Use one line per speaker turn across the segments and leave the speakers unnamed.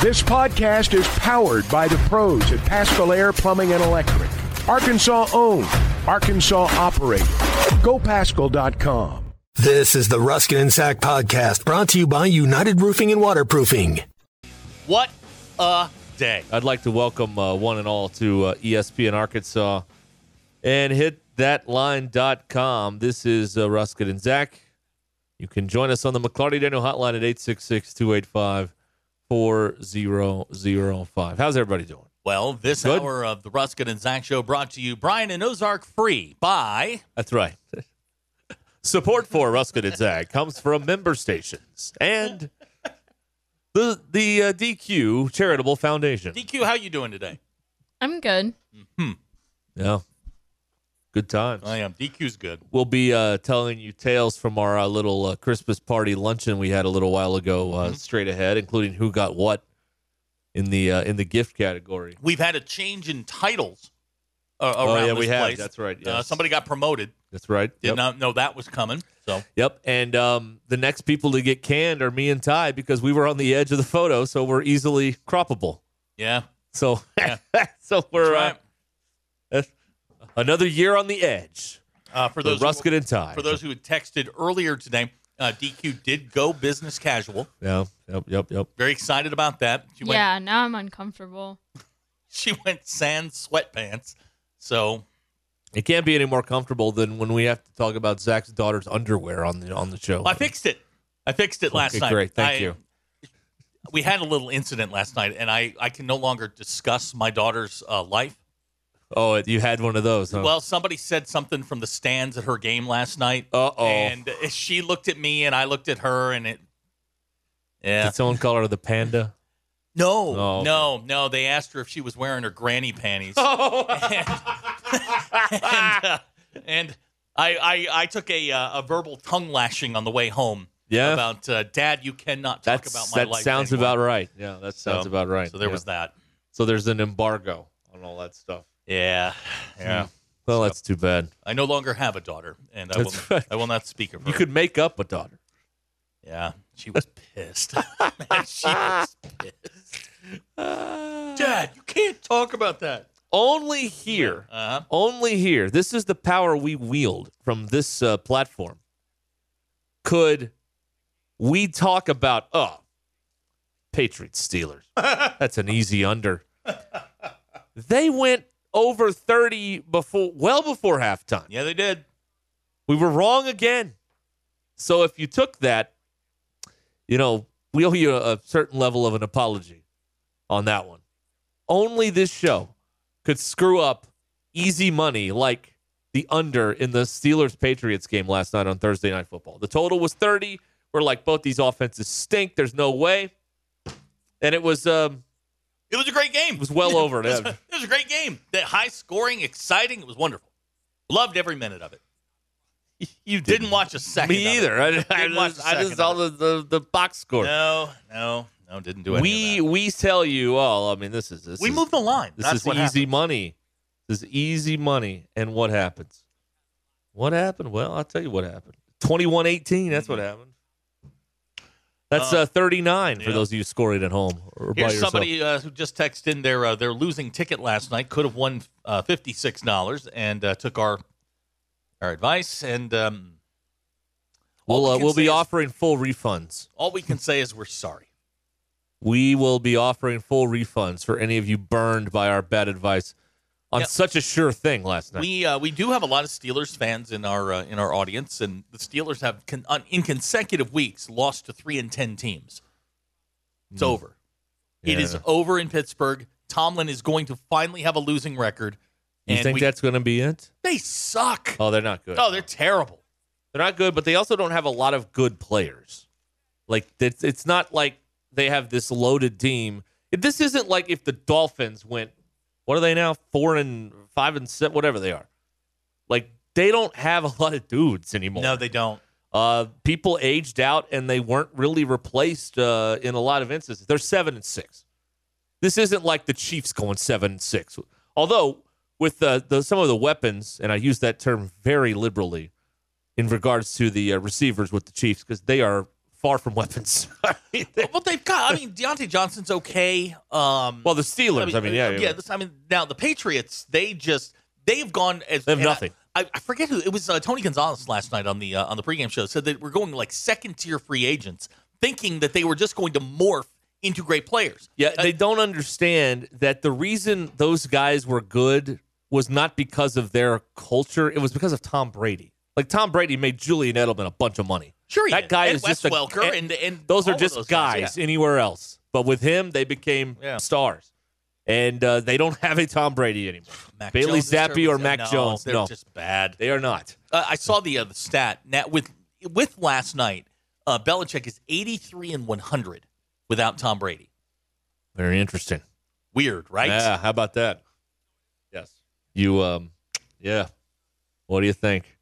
This podcast is powered by the pros at Pascal Air Plumbing and Electric. Arkansas owned, Arkansas operated. GoPascal.com.
This is the Ruskin and Sack podcast brought to you by United Roofing and Waterproofing.
What a day.
I'd like to welcome uh, one and all to uh, ESPN Arkansas and hit thatline.com. This is uh, Ruskin and Zach. You can join us on the McClarty Daniel hotline at 866 285 4005. How's everybody doing?
Well, this
Good.
hour of the Ruskin and Zach Show brought to you Brian and Ozark free by
That's right. Support for Ruskin and Zag comes from member stations and the the uh, DQ Charitable Foundation.
DQ. How you doing today?
I'm good.
Yeah, good times.
I am. DQ's good.
We'll be uh, telling you tales from our uh, little uh, Christmas party luncheon we had a little while ago.
Mm-hmm.
Uh, Straight ahead, including who got what in the uh, in the gift category.
We've had a change in titles uh, around
Oh, yeah,
this
we have.
place.
That's right,
Uh,
yes.
somebody got promoted.
That's right.
Did
Yep.
not know that was coming. So
Yep. And um, the next people to get canned are me and Ty because we were on the edge of the photo, so we're easily croppable.
yeah,
So,
Yeah.
so we're uh,
That's
another year on the edge.
uh, for
For
those
Ruskin
who,
and Ty.
for those who had texted earlier today. Uh, DQ did go business casual.
Yeah. Yep. Yep. Yep.
Very excited about that. She went,
yeah, now I'm uncomfortable.
she went sans sweatpants. So
It can't be any more comfortable than when we have to talk about Zach's daughter's underwear on the on the show.
I fixed it. I fixed it last
Okay,
night.
great. Thank
I-
you.
We had a little incident last night, and I, I can no longer discuss my daughter's uh, life.
Oh, you had one of those. Huh?
Well, somebody said something from the stands at her game last night,
Uh-oh.
and she looked at me, and I looked at her, and it. Yeah.
did someone call her the panda?
no,
Oh, okay.
no, no. They asked her if she was wearing her granny panties. and and, uh, and I, I I took a uh, a verbal tongue lashing on the way home.
Yeah.
About uh, Dad, you cannot talk
That's
about my
that
life.
sounds
anymore."
about right. Yeah, that sounds about right.
So there
Yeah.
was that.
So there's an embargo on all that stuff.
Yeah, yeah.
Well, that's too bad.
I no longer have a daughter, and I will,
That's right.
I will not speak of her.
You could make up a daughter.
yeah. She was pissed. Man, she was pissed. Dad, you can't talk about that.
Only here.
Uh-huh.
only here this is the power we wield from this uh, platform could we talk about oh patriots steelers that's an easy under they went over 30 before well before halftime
Yeah, they did.
we were wrong again so if you took that you know we owe you a, a certain level of an apology on that one only this show could screw up easy money like the under in the Steelers Patriots game last night on Thursday Night Football. The total was 30. We're like, both these offenses stink. There's no way. And it was um,
It was a great game.
it was well over.
It was, a, it was a great game. That high scoring, exciting. It was wonderful. Loved every minute of it.
you
Didn't watch a second.
me
of it.
either. I, I
Didn't watch
just,
the
I just
second
saw
of
the, the, the box score.
No, no, no. Didn't do any
we
of
we tell you all. I mean, this is this
that. We
is,
moved the line.
This
That's
is
what
easy
happened.
money. This is easy money. And what happens? What happened? Well, I'll tell you what happened. 21 18. That's what happened. That's
Mm-hmm. Uh,
uh, 39 for
yeah.
those of you scoring at home or by
Here's
yourself.
somebody uh, who just texted in their uh, their losing ticket last night. Could have won uh, fifty six dollars and uh, took our our advice. And um,
We'll,
all we
uh,
can
we'll
say
be
is-
offering full refunds.
all we can say is we're sorry.
We will be offering full refunds for any of you burned by our bad advice on
Yeah.
such a sure thing last night.
We uh, we do have a lot of Steelers fans in our uh, in our audience, and the Steelers have con- on, in consecutive weeks lost to three and ten teams. It's over. It is
Hmm. Yeah.
over in Pittsburgh. Tomlin is going to finally have a losing record.
you
and
think
we-
that's going to be it?
they suck?
Oh, they're not good.
Oh, they're terrible.
They're not good, but they also don't have a lot of good players. Like it's, it's not like they have this loaded team. If This isn't like if the Dolphins went. What are they now? Four and five and seven, whatever they are. Like they don't have a lot of dudes anymore.
No, they don't.
uh, people aged out and they weren't really replaced uh, in a lot of instances. They're seven and six. This isn't like the Chiefs going seven and six. Although with uh, the, some of the weapons, and I use that term very liberally in regards to the uh, receivers with the Chiefs because they are far from weapons. I mean, they-
But they've got. I mean, Deontay Johnson's okay. Um,
well, the Steelers. I mean, yeah,
yeah. This, I mean, now the Patriots. They just they've gone as
They have
and I-
nothing.
I, I forget who it was. Uh, Tony Gonzalez last night on the uh, on the pregame show said that we're going to like second tier free agents, thinking that they were just going to morph into great players.
Yeah, they don't understand that the reason those guys were good was not because of their culture. It was because of Tom Brady. Like Tom Brady made Julian Edelman a bunch of money.
Sure, he
that
did.
guy
and
is
Wes
just a-
Welker, and, and
Those
all
are
of
just
those
guys
yeah.
anywhere else, but with him they became
Yeah.
stars, and uh, they don't have a Tom Brady anymore.
Mac
Bailey
Jones is
Zappi or
terrible.
Mac
No,
Jones?
They're
No,
just bad.
they are not.
Uh, I saw the uh, the stat now with with last night. Uh, Belichick is eighty three and one hundred without Tom Brady.
Very interesting.
Weird, right?
Yeah, how about that? Yes. You um yeah. What do you think?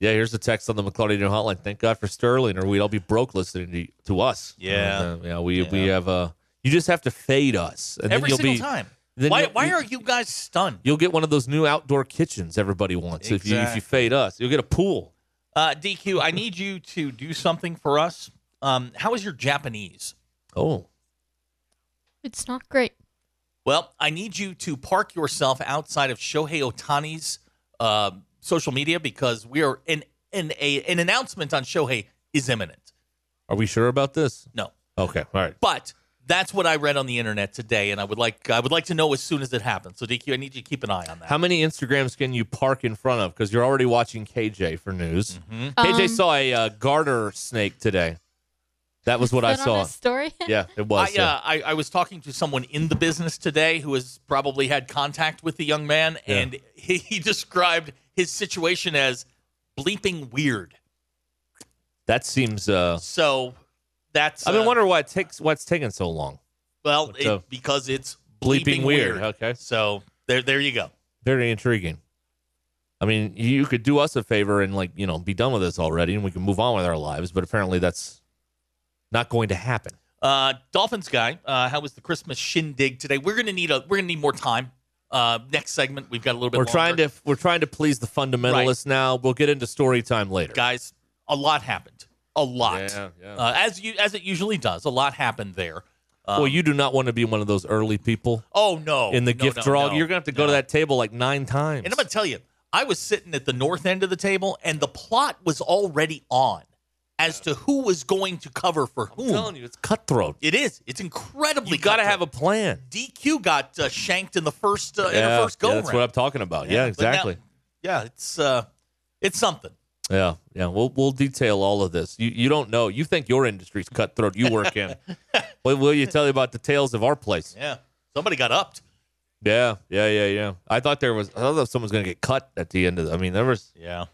Yeah, here's a text on the McClarty New Hotline. Thank God for Sterling, or we'd all be broke listening to, to us.
Yeah.
And, uh, yeah, we we
Yeah.
have uh you just have to fade us. And then
Every
you'll
single
be
time.
then
Why,
you'll-
why
you-
are you guys stunned?
you'll get one of those new outdoor kitchens everybody wants if you if
Exactly.
you fade us. You'll get a pool.
Uh, DQ, I need you to do something for us. Um, how is your Japanese?
Oh.
It's not great.
Well, I need you to park yourself outside of Shohei Otani's uh, social media because we are an an, a, an announcement on Shohei is imminent.
Are we sure about this?
No,
Okay. All right.
but that's what I read on the internet today, and I would like I would like to know as soon as it happens. So DQ, I need you to keep an eye on that.
How many Instagrams can you park in front of? Because you're already watching KJ for news.
Mm-hmm.
KJ
Um,
saw a uh, garter snake today. That was what I
Is that on
saw.
his story?
Yeah, it
I,
was. yeah.
uh, I, I was talking to someone in the business today who has probably had contact with the young man,
Yeah.
and he, he described his situation as bleeping weird.
that seems. Uh,
So that's
I've been
uh,
wondering why it takes why it's taking so long.
Well,
What
it-
the-
because it's
Bleeping, weird. Okay,
So there, there you go.
very intriguing. I mean, you could do us a favor and like you know be done with this already, and we can move on with our lives. But apparently, that's not going to happen.
Uh, Dolphins guy, uh, how was the Christmas shindig today? We're gonna need a we're gonna need more time. Uh, next segment, we've got a little bit.
We're trying
longer.
to we're trying to please the fundamentalists now. We'll get into story time later.
guys. A lot happened. A lot.
Yeah, yeah.
Uh, as you as it usually does. A lot happened there. Uh,
well, you do not want to be one of those early people
Oh no!
in the
No,
gift
no,
draw.
no,
You're gonna have to go
no.
to that table like nine times.
And I'm gonna tell you, I was sitting at the north end of the table, and the plot was already on as to who was going to cover for whom.
I'm telling you, it's cutthroat.
It is. It's incredibly.
You got to
cutthroat.
have a plan.
DQ got uh, shanked in the first uh, in her first go
yeah, that's
round.
what I'm talking about. Yeah,
Yeah, but now-
exactly.
yeah, it's uh, it's something.
yeah, yeah. We'll we'll detail all of this. You you don't know. You think your industry's cutthroat. You work in. what will you tell you about the tales of our place?
Yeah, somebody got upped.
Yeah, yeah, yeah, yeah. I thought there was. I thought someone was going to get cut at the end of. The, I mean, there was
Yeah,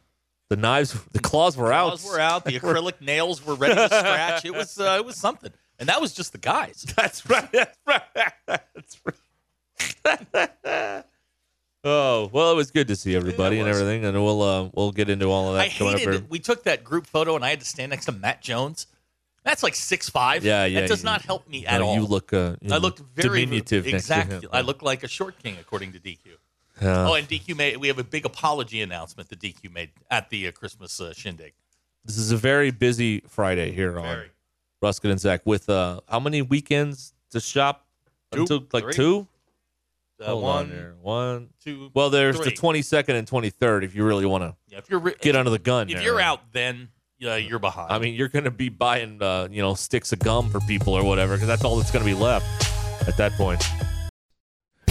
the knives, the claws were out.
claws were out. The acrylic nails were ready to scratch. It was uh, it was something, and that was just the guys.
That's right. That's right. That's right. oh well, it was good to see everybody and
was.
everything, and we'll uh, we'll get into all of that
I
coming up.
hated
here.
it. We took that group photo, and I had to stand next to Matt Jones. That's like six five.
Yeah, yeah,
That does
you-
not help me at
No,
all.
You look. Uh, you
I looked very
diminutive. next to
Exactly.
him.
I look like a short king, according to DQ.
Yeah.
Oh, and DQ made. We have a big apology announcement that DQ made at the uh, Christmas uh, shindig.
Oh, This is a very busy Friday here on
Very.
Ruskin and Zach with uh how many weekends to shop?
Two,
Until like
three.
two?
Uh,
Hold on
one,
here. One.
two.
Well, there's
three.
the 22nd and 23rd if you really want to
Yeah, if you're re-
get under the gun.
if
there.
you're out, then uh, you're behind.
I mean, you're going to be buying, uh, you know, sticks of gum for people or whatever, because that's all that's going to be left at that point.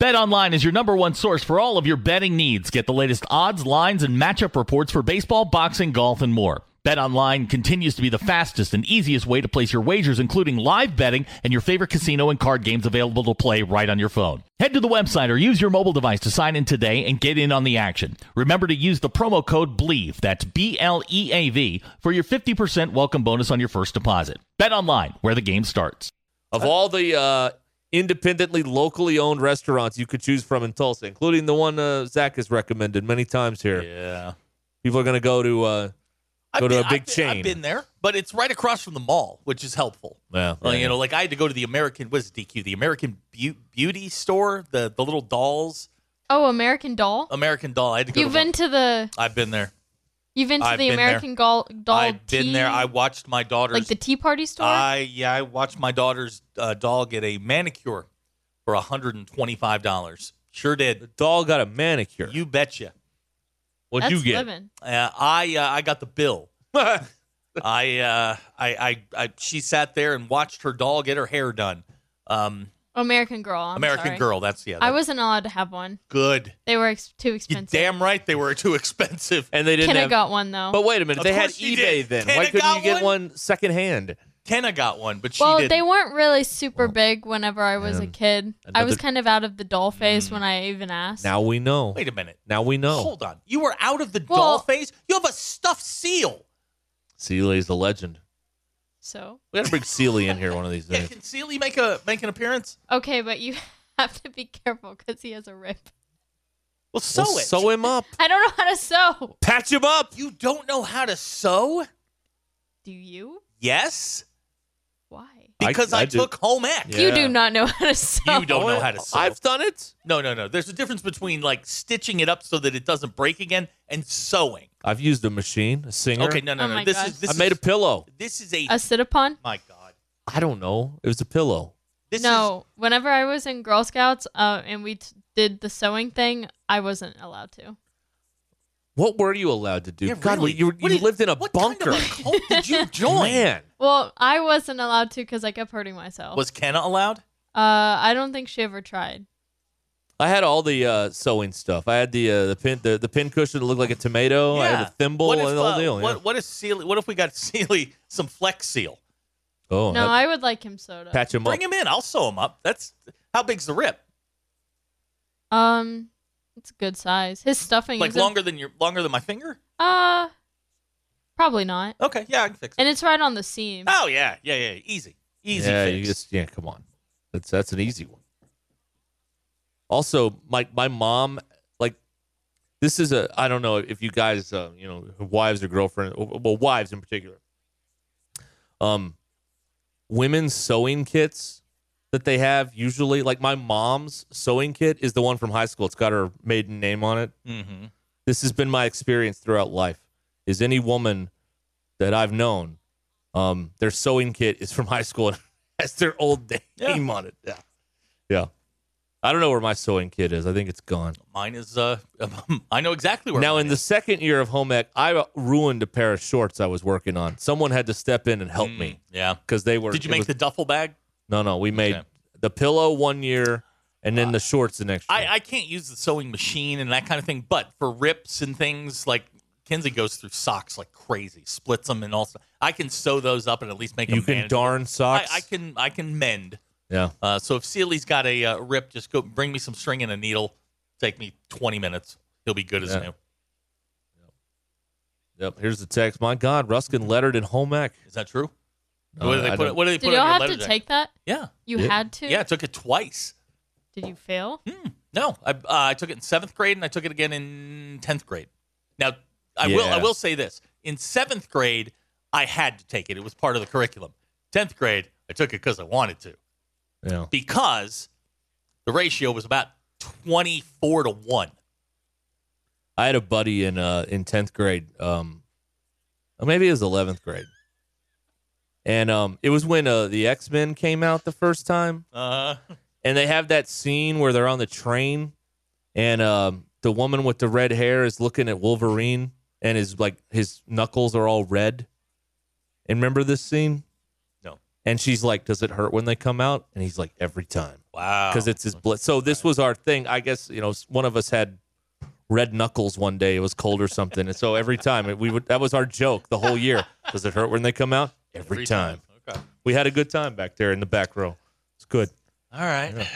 BetOnline is your number one source for all of your betting needs. Get the latest odds, lines, and matchup reports for baseball, boxing, golf, and more.
BetOnline continues to be the fastest and easiest way to place your wagers, including live betting and your favorite casino and card games available to play right on your phone. Head to the website or use your mobile device to sign in today and get in on the action. Remember to use the promo code BLEAV, that's B L E A V, for your 50% welcome bonus on your first deposit. BetOnline, where the game starts.
Of all the uh, independently, locally owned restaurants you could choose from in Tulsa, including the one uh, Zach has recommended many times here,
Yeah.
people are going to go to. Uh, Go to a big
I've been,
chain.
I've been there, but it's right across from the mall, which is helpful.
Yeah,
Well,
yeah, yeah.
you know, like I had to go to the American what is it, DQ, the American Beau- Beauty store, the the little dolls,
Oh, American Doll.
American Doll. I had to go.
You've
to
been to the
I've been there.
you've been to
I've
the
been there.
American Doll Doll.
I've been
tea-
there. I watched my daughter's.
like the Tea Party store.
I yeah, I watched my daughter's uh, doll get a manicure for hundred and twenty five dollars. Sure did.
Doll got a manicure.
You betcha.
What'd
That's
you get?
living.
Uh, I uh, I got the bill. I, uh, I I I she sat there and watched her doll get her hair done. Um,
American Girl. I'm
American
sorry.
Girl. That's yeah. That's
I wasn't allowed to have one.
good.
They were ex- too
You
expensive.
damn right they were too expensive.
And they didn't
Kenna
have.
got one though.
but wait a minute,
Of
they had
course
eBay
you did.
then.
Kenna
Why couldn't you
got
get
one?
one secondhand?
Kenna got one, but she
well,
didn't.
they weren't really super big whenever I was a
Man.
kid. I was
Another-
kind of out of the doll
Mm.
phase when I even asked.
Now we know.
Wait a minute.
Now we know.
Hold on. You were out of the doll
Well-
phase. You have a stuffed seal.
Sealy's the legend.
so
We gotta bring Sealy in here one of these
Yeah,
days.
can Sealy make a make an appearance?
okay, but you have to be careful because he has a rip.
Well, sew
Well,
it.
Sew him up.
I don't know how to sew.
Patch him up.
You don't know how to sew?
Do you?
Yes,
Why?
I-
because I,
I do.
took home ec.
Yeah.
You do not know how to sew.
You don't know how to sew.
I've done it.
no, no, no. There's a difference between like stitching it up so that it doesn't break again and sewing.
I've used a machine, a singer.
Okay, no, no,
Oh
no.
my
This
God.
is this
I made a
is,
pillow.
this is a
A sit upon?
my god.
I don't know. It was a pillow.
This is,
no. Whenever I was in Girl Scouts uh, and we t- did the sewing thing, I wasn't allowed to.
What were you allowed to do?
yeah,
God,
really.
you, you
What did-
lived in a
what
bunker.
Kind of a cult did you join?
Man,
Well, I wasn't allowed to because I kept hurting myself.
Was Kenna allowed?
uh, I don't think she ever tried.
I had all the uh, sewing stuff. I had the uh, the pin the, the pin cushion that looked like a tomato. I had Oh, the thimble
What
and
if,
the whole
uh,
deal. yeah.
What, what if Sealy? What if we got Sealy some Flex Seal?
oh,
No,
that-
I would like him sewed up.
patch him
Bring
up.
him in. I'll sew him up. That's how big's the rip?
Um, it's a good size. His stuffing
Like
is a-
longer than your longer than my finger?
uh, probably not.
Okay, yeah, I can fix it.
And it's right on the seam.
Oh yeah, yeah, yeah. Easy, easy
yeah,
fix.
you just yeah, come on. That's that's an easy one. Also, my my mom like this is a I don't know if you guys uh, you know wives or girlfriend or- well wives in particular. Um, women's sewing kits that they have usually like my mom's sewing kit is the one from high school. It's got her maiden name on it
mm-hmm.
this has been my experience throughout life is any woman that i've known um, their sewing kit is from high school and has their old name
Yeah.
on it yeah yeah i don't know where my sewing kit is i think it's gone
Mine is. Uh, I know exactly where.
now
mine
in the
is.
second year of home ec i ruined a pair of shorts i was working on someone had to step in and help
Mm,
me
Yeah.
because they were
Did
it
you make
was-
the duffel bag?
no no we made
Okay. Uh,
the pillow one year and then the shorts the next year.
I, I can't use the sewing machine and that kind of thing, but for rips and things like Kenzie goes through socks like crazy, splits them and all. stuff. I can sew those up and at least make
you
them
can
manageable.
darn
I,
socks
I can I can mend.
yeah
Uh, so if Sealy's got a uh, rip, just go bring me some string and a needle. Take me 20 minutes. He'll be good as
Yeah.
new.
yep here's the text my god ruskin lettered in home ec
Is that true?
No,
what do they
Uh, I
put?
don't-
What do they
Did
put on
y'all
your
have
letter
to
jacket?
take that?
Yeah,
You
Yeah.
had to?
yeah. I took it twice.
Did you fail?
No, I uh, I took it in seventh grade and I took it again in tenth grade. Now I will
Yeah.
I will say this: in seventh grade, I had to take it. It was part of the curriculum. Tenth grade, I took it because I wanted to
yeah
because the ratio was about twenty four to one.
I had a buddy in uh in tenth grade, um, or maybe it was eleventh grade, and um, it was when uh the X Men came out the first time,
Uh,
and they have that scene where they're on the train, and um, the woman with the red hair is looking at Wolverine, and his like his knuckles are all red. And remember this scene?
No.
And she's like, "Does it hurt when they come out?" And he's like, "Every time."
wow,
because it's his blood. So this was our thing. I guess you know s- one of us had red knuckles one day. It was cold or something, and so every time it, we would that was our joke the whole year. Does it hurt when they come out? Every, time.
Okay.
We had a good time back there in the back row. It's good.
All right.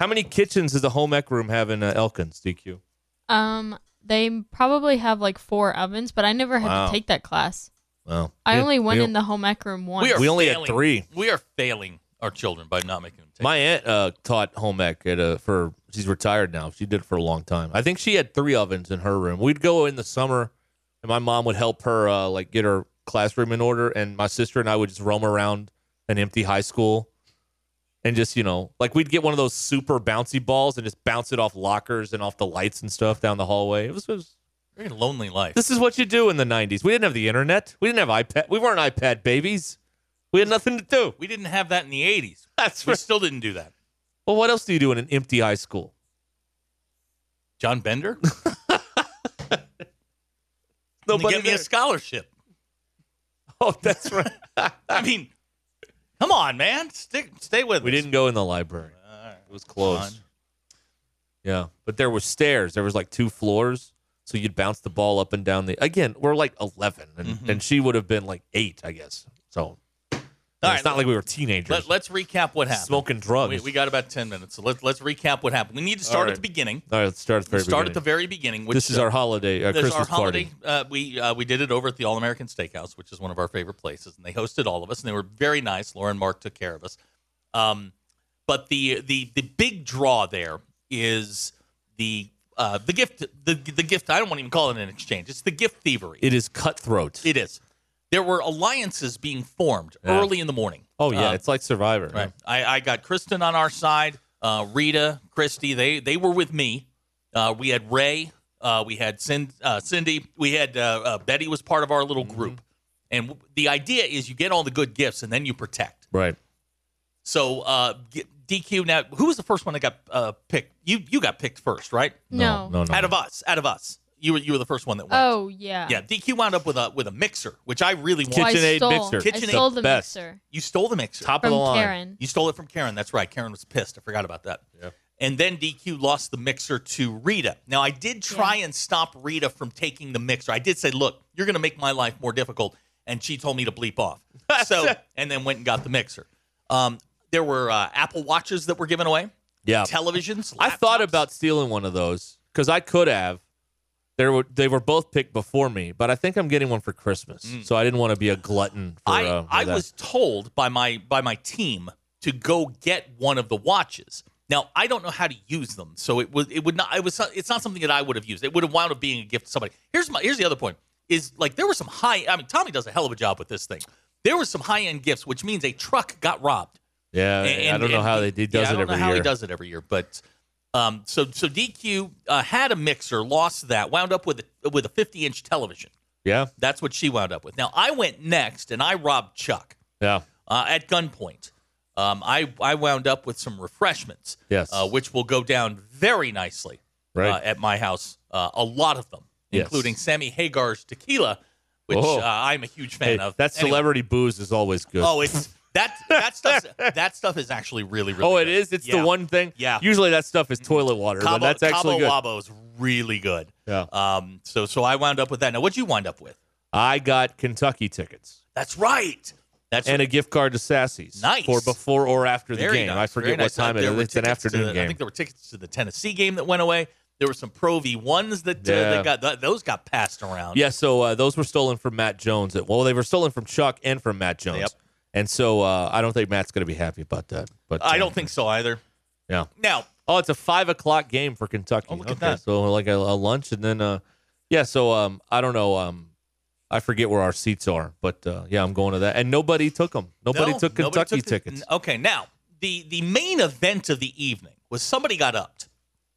How many kitchens does the home ec room have in uh, Elkins, DQ?
Um, they probably have like four ovens, but I never had
Wow.
to take that class.
Wow.
I
We-
only went
we-
in the home ec room once.
We, are
We only had
failing-
three.
We are failing our children by not making them take.
My aunt uh, taught home ec at a for. She's retired now. She did it for a long time. I think she had three ovens in her room. We'd go in the summer, and my mom would help her uh, like get her classroom in order, and my sister and I would just roam around an empty high school, and just you know like we'd get one of those super bouncy balls and just bounce it off lockers and off the lights and stuff down the hallway. It was, it was
very lonely life.
this is what you do in the '90s. We didn't have the internet. We didn't have iPad. We weren't iPad babies. We had nothing to do.
we didn't have that in the '80s.
That's
We
right.
still didn't do that.
Well, what else do you do in an empty high school?
John Bender,
Nobody
get me a
there.
scholarship.
Oh, that's right.
I mean, come on, man. Stick, stay with
we
us.
didn't go in the library. It was close.
Fine.
Yeah, but there were stairs. There was like two floors, so you'd bounce the ball up and down the. Again, we're like eleven, and,
Mm-hmm.
and she would have been like eight, I guess. So
All
it's
right,
not like we were teenagers.
Let, let's recap what happened.
smoking drugs.
We, we got about ten minutes, so let's let's recap what happened. We need to start
right.
at the beginning.
All right, let's start at the very
start at the
beginning.
very beginning. Which
This is
uh,
our holiday, our
There's
Christmas
our holiday.
party.
Uh, we uh, we did it over at the All American Steakhouse, which is one of our favorite places, and they hosted all of us, and they were very nice. Laura and Mark took care of us. Um, but the the the big draw there is the uh, the gift the the gift. I don't want to even call it an exchange. It's the gift thievery.
It is cutthroat.
it is. There were alliances being formed
Yeah.
early in the morning.
oh yeah,
Uh,
it's like Survivor.
Right. I, I got Kristen on our side. Uh, Rita, Christy, they they were with me. Uh, we had Ray. Uh, we had Cin- uh, Cindy. We had uh, uh, Betty was part of our little
Mm-hmm.
group. And w- the idea is you get all the good gifts and then you protect.
Right.
So uh, g- DQ now. Who was the first one that got uh, picked? You you got picked first, right?
no.
No. No.
Out of us. Out of us. You were you were the first one that went.
Oh yeah.
Yeah. DQ wound up with a with a mixer, which I really
Oh,
wanted.
I
KitchenAid
stole,
mixer.
I
KitchenAid
stole
the
the
best.
mixer
You stole the mixer.
Top of the
from
line.
Karen.
You stole it from Karen. That's right. Karen was pissed. I forgot about that.
Yeah.
And then DQ lost the mixer to Rita. Now, I did try and stop Rita from taking the mixer. I did say, look, you're going to make my life more difficult. And she told me to bleep off. So, and then went and got the mixer. Um, there were uh, Apple Watches that were given away,
Yeah.
televisions.
I thought
laptops.
about stealing one of those because I could have. There were they were both picked before me, but I think I'm getting one for Christmas, so I didn't want to be a glutton. For,
Mm. I,
uh, for
I
that.
was told by my by my team to go get one of the watches. Now I don't know how to use them, so it was it would not it was so- it's not something that I would have used. It would have wound up being a gift to somebody. Here's my here's the other point is like there were some high. I mean Tommy does a hell of a job with this thing. There were some high end gifts, which means a truck got robbed.
yeah. I
And-
don't know
and
how
he-
they, he does it
yeah, I don't
every
know how
year.
he does it every year, but um, so so DQ uh, had a mixer, lost that, wound up with a- with a 50 inch television.
Yeah,
That's what she wound up with. Now I went next and I robbed Chuck
yeah.
uh, at gunpoint. Um, I I wound up with some refreshments,
Yes.
uh, which will go down very nicely
Right.
uh, at my house. Uh, a lot of them,
Yes.
including Sammy Hagar's tequila, which
Oh.
uh, I'm a huge
Hey,
fan of.
that
Anyway.
celebrity booze is always good.
Oh, it's that that stuff. That stuff is actually really really.
Oh, it
good.
is. It's
Yeah.
the one thing.
Yeah. Mm.
Usually that stuff is toilet water,
Cabo,
but that's actually
Cabo
good.
Wabo is really good.
Yeah.
Um. So so I wound up with that. Now what'd you wind up with?
I got Kentucky tickets
That's right. That's
and a gift card to Sassy's.
Nice.
for before or after the
Very
game.
nice,
I
very
forget
nice.
what time it
There
is.
were
It's an
tickets to
afternoon
the- I
game.
think there were tickets to the Tennessee game that went away. There were some Pro V ones that, uh,
Yeah.
that got th- those got passed around.
Yeah, so uh, those were stolen from Matt Jones. Well, they were stolen from Chuck and from Matt Jones.
Yep.
And so uh, I don't think Matt's going to be happy about that. But
I
uh,
don't think so either.
Yeah.
Now
Oh, it's a five o'clock game for Kentucky.
Oh, look at
okay,
that.
so like a, a lunch and then uh, yeah. So um, I don't know. Um, I forget where our seats are, but uh, yeah, I'm going to that. And nobody took them. Nobody
no,
took
nobody
Kentucky
took the-
tickets.
n- okay. Now the the main event of the evening was somebody got upped,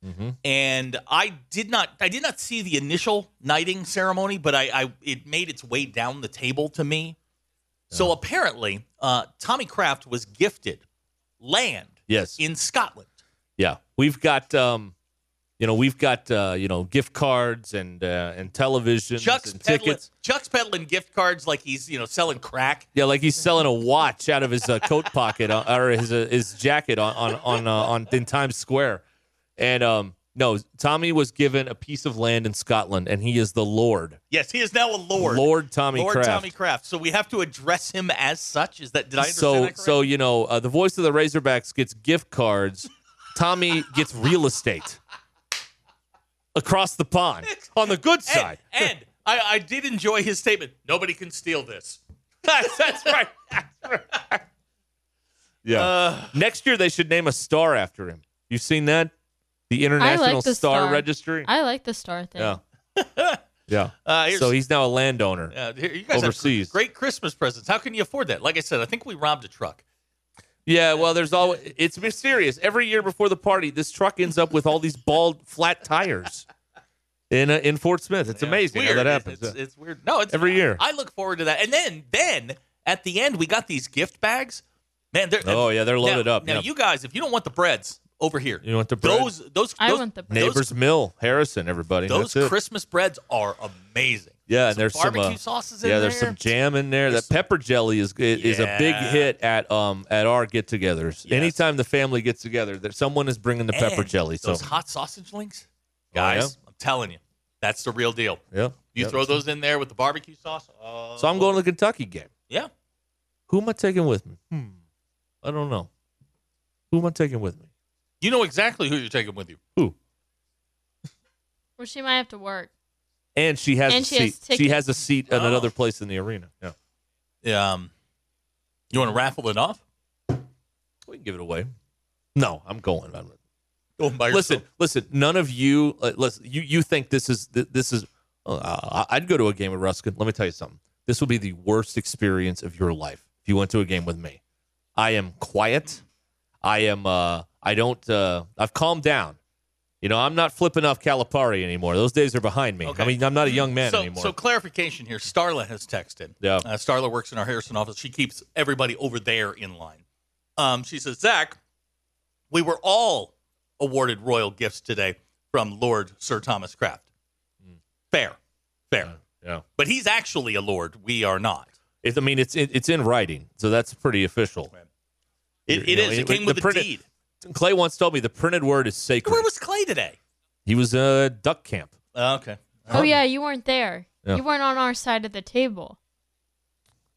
Mm-hmm.
and I did not I did not see the initial knighting ceremony, but I, I it made its way down the table to me. So apparently, uh, Tommy Kraft was gifted land
yes.
in Scotland.
Yeah, we've got um, you know, we've got uh, you know, gift cards and uh, and televisions
Chuck's
and
peddling,
tickets.
Chuck's peddling gift cards like he's you know selling crack.
Yeah, like he's selling a watch out of his uh, coat pocket uh, or his uh, his jacket on on on, uh, on in Times Square, and um, No, Tommy was given a piece of land in Scotland, and he is the Lord.
Yes, he is now a lord.
Lord Tommy
Lord
Kraft.
Tommy Kraft. So we have to address him as such. Is that did I understand
so
that
so you know uh, the voice of the Razorbacks gets gift cards. Tommy gets real estate across the pond on the good
correctly?
side.
and, and I, I did enjoy his statement. Nobody can steal this. That's, that's right.
yeah.
Uh,
Next year they should name a star after him. You seen that? The International
the
Star,
star.
Registry.
I like the star thing.
yeah. yeah.
uh, here's-
So he's now a landowner.
uh, here- you guys have
overseas.
great Christmas presents. How can you afford that? Like I said, I think we robbed a truck.
Yeah, well, there's always it's mysterious. Every year before the party, this truck ends up with all these bald, flat tires in uh, in Fort Smith. It's
Yeah,
amazing
weird.
how that
It-
happens.
It's,
Yeah.
it's weird. No, it's
Every year.
I look forward to that. And then then at the end we got these gift bags. Man, they're
Oh, yeah, they're
now-
loaded up,
Now
yeah.
you guys, if you don't want the breads over here,
You want the bread?
those those
I
those,
want the bread.
Neighbors Mill, Harrison, everybody.
those
That's it.
Christmas breads are amazing.
yeah,
some
and there's
barbecue
some uh,
sauces in
Yeah,
there.
there's some jam in there.
There's
that pepper jelly is is a big
Yeah.
hit at um at our get-togethers.
Yes.
Anytime the family gets together, that someone is bringing the pepper
And
jelly. So
Those hot sausage links,
Oh, yeah?
guys. I'm telling you, that's the real deal.
yeah,
You
yeah.
throw those in there with the barbecue sauce. Oh,
So I'm going to the Kentucky game.
Yeah.
Who am I taking with me? Hmm. I don't know. Who am I taking with me?
You know exactly who you're taking with you.
Well, she might have to work.
And she has
And
a
she has
seat. she
tickets.
has a seat at
Oh.
another place in the arena. Yeah.
Um, you want to raffle it off?
We can give it away. No, I'm going. I'm- Oh,
Go by
listen,
yourself.
listen. None of you, uh, listen. You you think this is th- this is? Uh, I- I'd go to a game with Ruskin. Let me tell you something. This will be the worst experience of your life if you went to a game with me. I am quiet. I am. Uh, I don't. Uh, I've calmed down. You know, I'm not flipping off Calipari anymore. Those days are behind me.
Okay.
I mean, I'm not a young man
so,
anymore.
So clarification here. Starla has texted.
Yeah.
Uh, Starla works in our Harrison office. She keeps everybody over there in line. Um, she says, Zach, we were all awarded royal gifts today from Lord Sir Thomas Kraft. Fair, fair.
Mm. yeah.
But he's actually a lord. We are not.
It, I mean, it's it, it's in writing, so that's pretty official.
It,
You
it
know,
is. It
it-
came
the
with a
printed-
deed.
Clay once told me the printed word is sacred.
Where was Clay today?
he was uh, duck camp.
Uh, okay.
Oh yeah, you weren't there.
Yeah.
You weren't on our side of the table.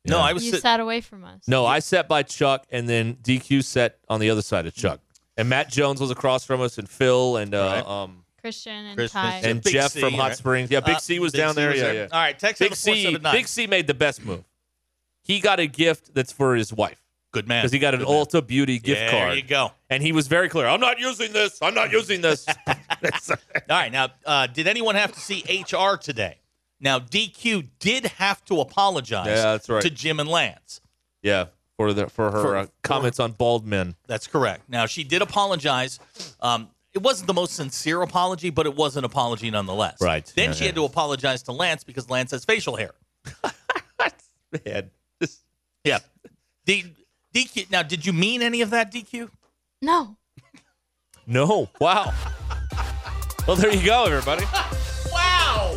No,
Yeah.
I was.
You
sit-
sat away from us.
No, I sat by Chuck, and then DQ sat on the other side of Chuck, and Matt Jones was across from us, and Phil and uh,
Right.
um
Christian and
Christmas
Ty.
and-
and
Big
Jeff
C,
from Hot
right?
Springs. Yeah, Big
Uh,
C was down there. Yeah, yeah.
All right, text
Big
out of
C,
479.
Big C made the best move. He got a gift that's for his wife
Good man.
because he got an
Good man.
Ulta Beauty gift
Yeah, There
card,
you go.
and he was very clear. I'm not using this. I'm not using this.
All right. Now, uh, did anyone have to see HR today? Now, DQ did have to apologize
Yeah, that's right.
to Jim and Lance.
yeah, for the for her
For-
uh,
for-
comments on bald men.
That's correct. Now, she did apologize. Um, it wasn't the most sincere apology, but it was an apology nonetheless.
Right.
Then
Yeah,
she
yeah.
had to apologize to Lance because Lance has facial hair.
Man, this-
Yeah. D- DQ. Now, did you mean any of that, DQ?
no.
no, wow. well, there you go, everybody.
Wow.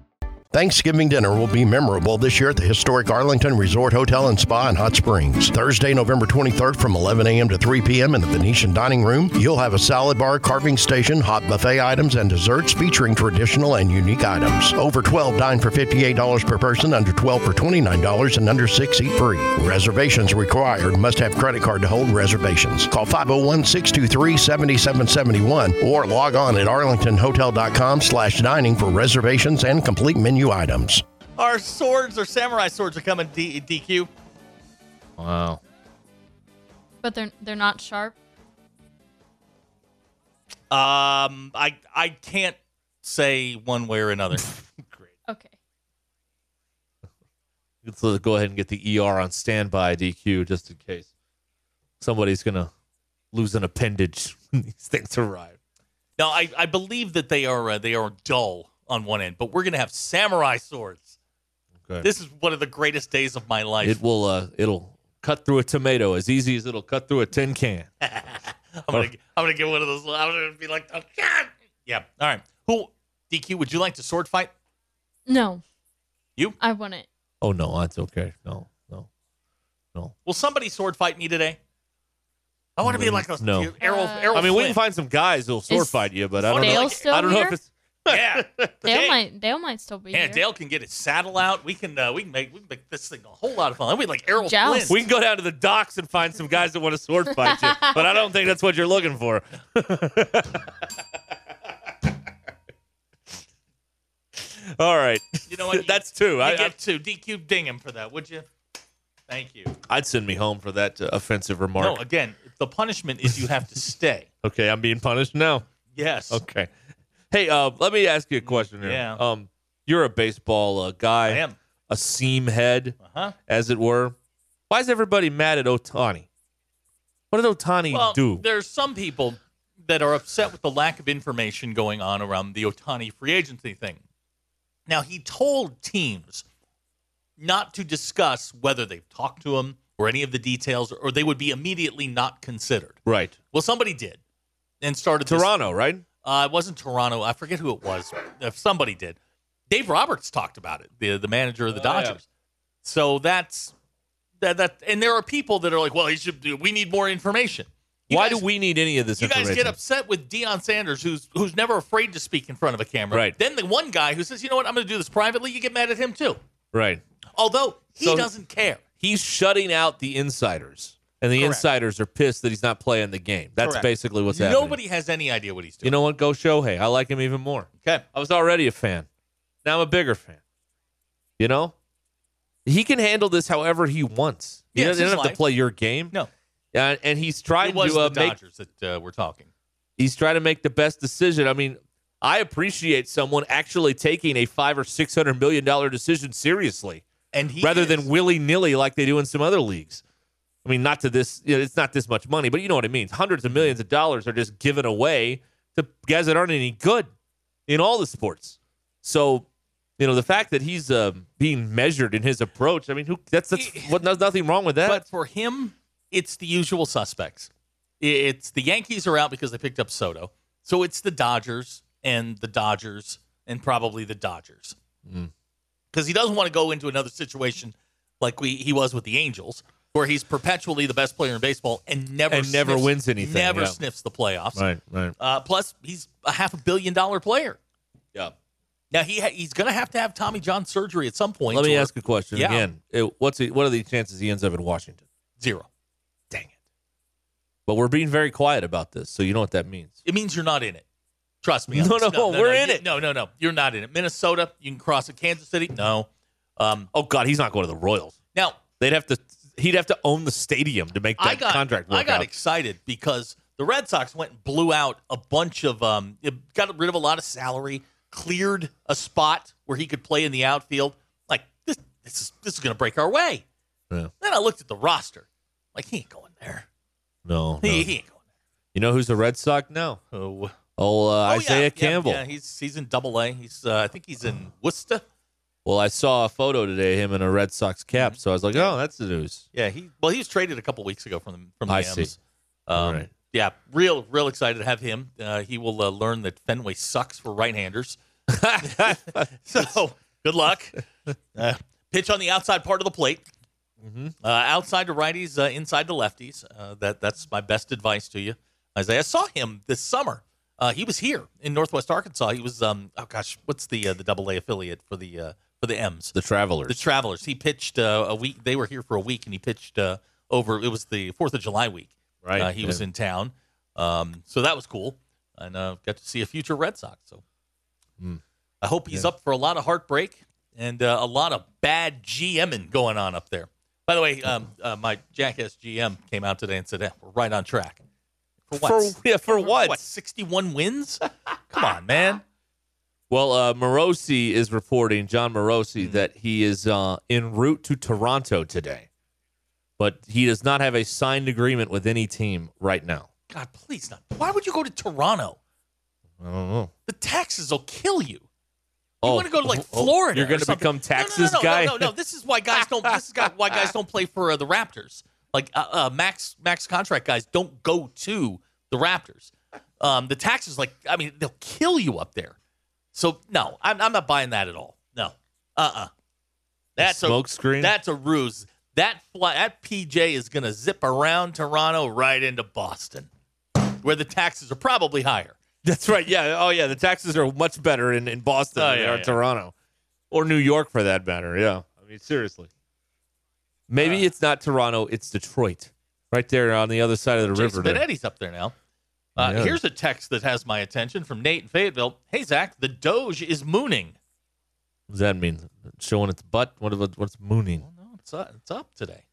Thanksgiving dinner will be memorable this year at the historic Arlington Resort Hotel and Spa in Hot Springs. Thursday, November 23rd from 11 a.m. to 3 p.m. in the Venetian Dining Room, you'll have a salad bar, carving station, hot buffet items, and desserts featuring traditional and unique items. Over 12 dine for $58 per person, under 12 for $29, and under 6 eat free. Reservations required. Must have credit card to hold reservations. Call 501-623-7771 or log on at arlingtonhotel.com slash dining for reservations and complete menu items.
Our swords, our samurai swords, are coming D- DQ.
Wow.
But they're they're not sharp.
Um, I I can't say one way or another.
Okay.
Let's uh, go ahead and get the ER on standby, DQ, just in case somebody's going to lose an appendage when these things arrive.
No, I, I believe that they are uh, they are dull on one end, but we're gonna have samurai swords.
Okay.
This is one of the greatest days of my life.
It will, uh, it'll cut through a tomato as easy as it'll cut through a tin can.
I'm gonna I'm gonna get one of those. I'm gonna be like, oh, God. yeah. All right. Who DQ? Would you like to sword fight?
No.
You?
I want it.
Oh, no, that's okay. No, no.
Will somebody sword fight me today? I want to be like those
Mm, No.
you- Errol.
Uh,
Errol
I mean, we
Flynn.
can find some guys who'll sword
Is
fight you, but I don't
Dale
know.
still
I don't know
here?
if it's.
Yeah.
Dale
Dale-
might Dale might still be
Yeah,
here.
Dale can get his saddle out. We can uh, we can make we can make this thing a whole lot of fun. We like Errol
Joust.
Flynn.
We can go down to the docks and find some guys that want to sword fight you, but I don't think that's what you're looking for. All right,
you know what?
that's two.
you
I,
get two. DQ ding him for that, would you? Thank you.
I, would send me home for that uh, offensive
No,
remark.
again, the punishment is you have to stay.
okay, I'm being punished now.
Yes.
Okay. Hey, uh, let me ask you a question here.
Yeah.
Um, you're a baseball uh, guy.
I am.
A seam head,
Uh-huh.
as it were. Why is everybody mad at Otani? What did Otani
Well,
do?
there's some people that are upset with the lack of information going on around the Otani free agency thing. Now, he told teams not to discuss whether they've talked to him or any of the details, or they would be immediately not considered.
Right.
Well, somebody did and started this-
Toronto, right?
Uh, it wasn't Toronto. I forget who it was. if somebody did, Dave Roberts talked about it. The the manager of the
Oh, yeah.
Dodgers. So that's that that. And there are people that are like, well, he should. do- We need more information. You
Why
guys-
do we need any of this
You guys
information?
get upset with Deion Sanders, who's who's never afraid to speak in front of a camera.
Right.
Then the one guy who says, you know what, I'm going to do this privately. You get mad at him too,
Right.
although he
So-
doesn't care.
He's shutting out the insiders, and the
Correct.
insiders are pissed that he's not playing the game. That's
Correct.
basically what's happening.
Nobody has any idea what he's doing.
You know what? Go Shohei. I like him even more.
Okay.
I was already a fan. Now I'm a bigger fan. You know, he can handle this however he wants. He
Yeah, it's
doesn't
his
have to
life.
play your game.
No.
Uh, and he's
It
trying
was
to uh,
the
make
Dodgers that uh, we're talking.
he's trying to make the best decision. I mean, I appreciate someone actually taking a five or six hundred million dollar decision seriously.
And he
rather
is-
than willy nilly like they do in some other leagues. I mean, not to this, you know, it's not this much money, but you know what I mean. Hundreds of millions of dollars are just given away to guys that aren't any good in all the sports. So, you know, the fact that he's um, being measured in his approach, I mean, who that's that's what there's nothing wrong with that.
But for him, it's the usual suspects. It's the Yankees are out because they picked up Soto. So it's the Dodgers and the Dodgers and probably the Dodgers.
Mm.
Because he doesn't want to go into another situation like we he was with the Angels, where he's perpetually the best player in baseball and never
And never
sniffs-
wins anything,
never
yeah.
sniffs the playoffs.
right, right.
Uh, plus, he's a half a billion dollar player.
Yeah.
Now he ha- he's going to have to have Tommy John surgery at some point.
Let me
or
ask a question
Yeah.
again. It- what's he, what are the chances he ends up in Washington?
zero.
Dang it! But we're being very quiet about this, so you know what that means.
It means you're not in it. Trust me. on
No,
this.
no, we're in
you-
it.
No, no, no. You're not in it. Minnesota, you can cross it. Kansas City, no. Um,
Oh God, he's not going to the Royals.
now,
They'd have to. He'd have to own the stadium to make that
I got
contract work
I got
out.
excited because the Red Sox went and blew out a bunch of um, it got rid of a lot of salary, cleared a spot where he could play in the outfield. Like this, this is this is going to break our way.
Yeah.
Then I looked at the roster, like he ain't going there.
no, no.
He, he ain't going
you know who's a Red Sox now?
there. Oh,
Oh, uh,
yeah,
Isaiah
yeah,
Campbell.
Yeah, he's he's in Double A. He's uh, I think he's in Worcester.
well, I saw a photo today, him in a Red Sox cap. So I was like, oh, that's the news.
Mm-hmm. Yeah, he well, he was traded a couple weeks ago from the from the
I
M's.
see.
Um,
All right.
Yeah, real real excited to have him. Uh, he will uh, learn that Fenway sucks for right-handers. so Good luck. Uh, pitch on the outside part of the plate.
Mm-hmm.
Uh, outside to righties, uh, inside to lefties. Uh, that that's my best advice to you, Isaiah. I saw him this summer. Uh, he was here in Northwest Arkansas. He was um oh gosh, what's the uh, the Double A affiliate for the uh, for the M's?
The Travelers.
The Travelers. He pitched uh, a week. They were here for a week, and he pitched uh, over. It was the Fourth of July week.
Right,
Uh, he was
yeah.
in town, um, so that was cool, and uh, got to see a future Red Sox. So
Mm.
I hope he's up for a lot of heartbreak and uh, a lot of bad GMing going on up there. By the way, um, uh, my jackass GM came out today and said, eh, "We're right on track." For what?
yeah, for what?
what? Sixty-one wins? Come on, man.
Well, uh, Morosi is reporting, John Morosi,
Mm-hmm.
that he is uh, en route to Toronto today, but he does not have a signed agreement with any team right now.
God, please not. Why would you go to Toronto?
I don't know.
The taxes will kill you. You
oh,
want to go to
oh,
like
oh,
Florida?
You're
or
going to
something.
become
No, no, no,
taxes
no, no,
guy.
No, no, This is why guys don't. This is why guys don't play for uh, the Raptors. Like uh, uh, max max contract guys don't go to the Raptors. Um, the taxes, like I mean, they'll kill you up there. So no, I'm, I'm not buying that at all. No, uh, uh that's a
smoke screen?
That's a ruse. That fly, that PJ is going to zip around Toronto right into Boston, where the taxes are probably higher.
That's right. Yeah. Oh, yeah. The taxes are much better in, in Boston
Oh,
than they
yeah,
are in
yeah.
Toronto or New York for that matter. Yeah. I mean, seriously. Maybe
Uh.
it's not Toronto, it's Detroit. Right there on the other side of the river.
Jason
there.
Benetti's up there now. Uh,
Yeah.
Here's a text that has my attention from Nate in Fayetteville. Hey Zach, the Doge is mooning.
What does that mean? Showing its butt? What about what's mooning?
Well, no, it's up, it's up today.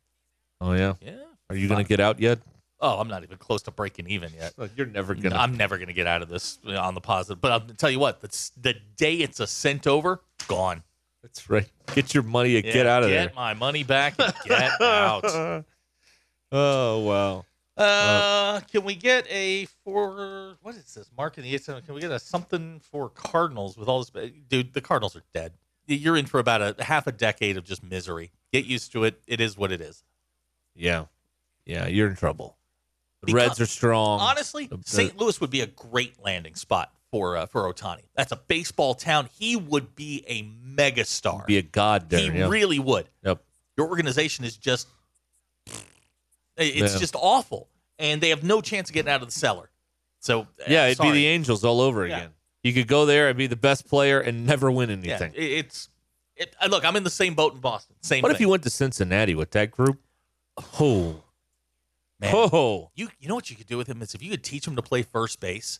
Oh yeah.
Yeah.
Are you gonna get out yet?
Oh, I'm not even close to breaking even yet.
You're never
No, I'm never going to get out of this you know, on the positive. But I'll tell you what, that's the day it's a cent over, gone.
That's right. Get your money and
Yeah,
get out of
Get
there.
my money back and get out.
Oh wow.
Uh, can we get a for what is this? Mark in the eight seven. Can we get a something for Cardinals with all this? Dude, the Cardinals are dead. You're in for about a half a decade of just misery. Get used to it. It is what it is.
Yeah. Yeah, you're in trouble. The
Because-
Reds are strong.
Honestly,
the- Um, the-
St. Louis would be a great landing spot for uh, for Otani. That's a baseball town. He would be a megastar.
be a god there.
he
yeah.
really would.
Yep.
Your organization is just it's
Yeah.
just awful, and they have no chance of getting out of the cellar. So
Yeah,
uh,
it'd
sorry.
be the Angels all over
Yeah.
again. You could go there and be the best player and never win anything.
Yeah, it- it's it, uh, look. I'm in the same boat in Boston. Same.
what
thing.
if you went to Cincinnati with that group? Oh,
Man,
oh,
you you know what you could do with him is if you could teach him to play first base,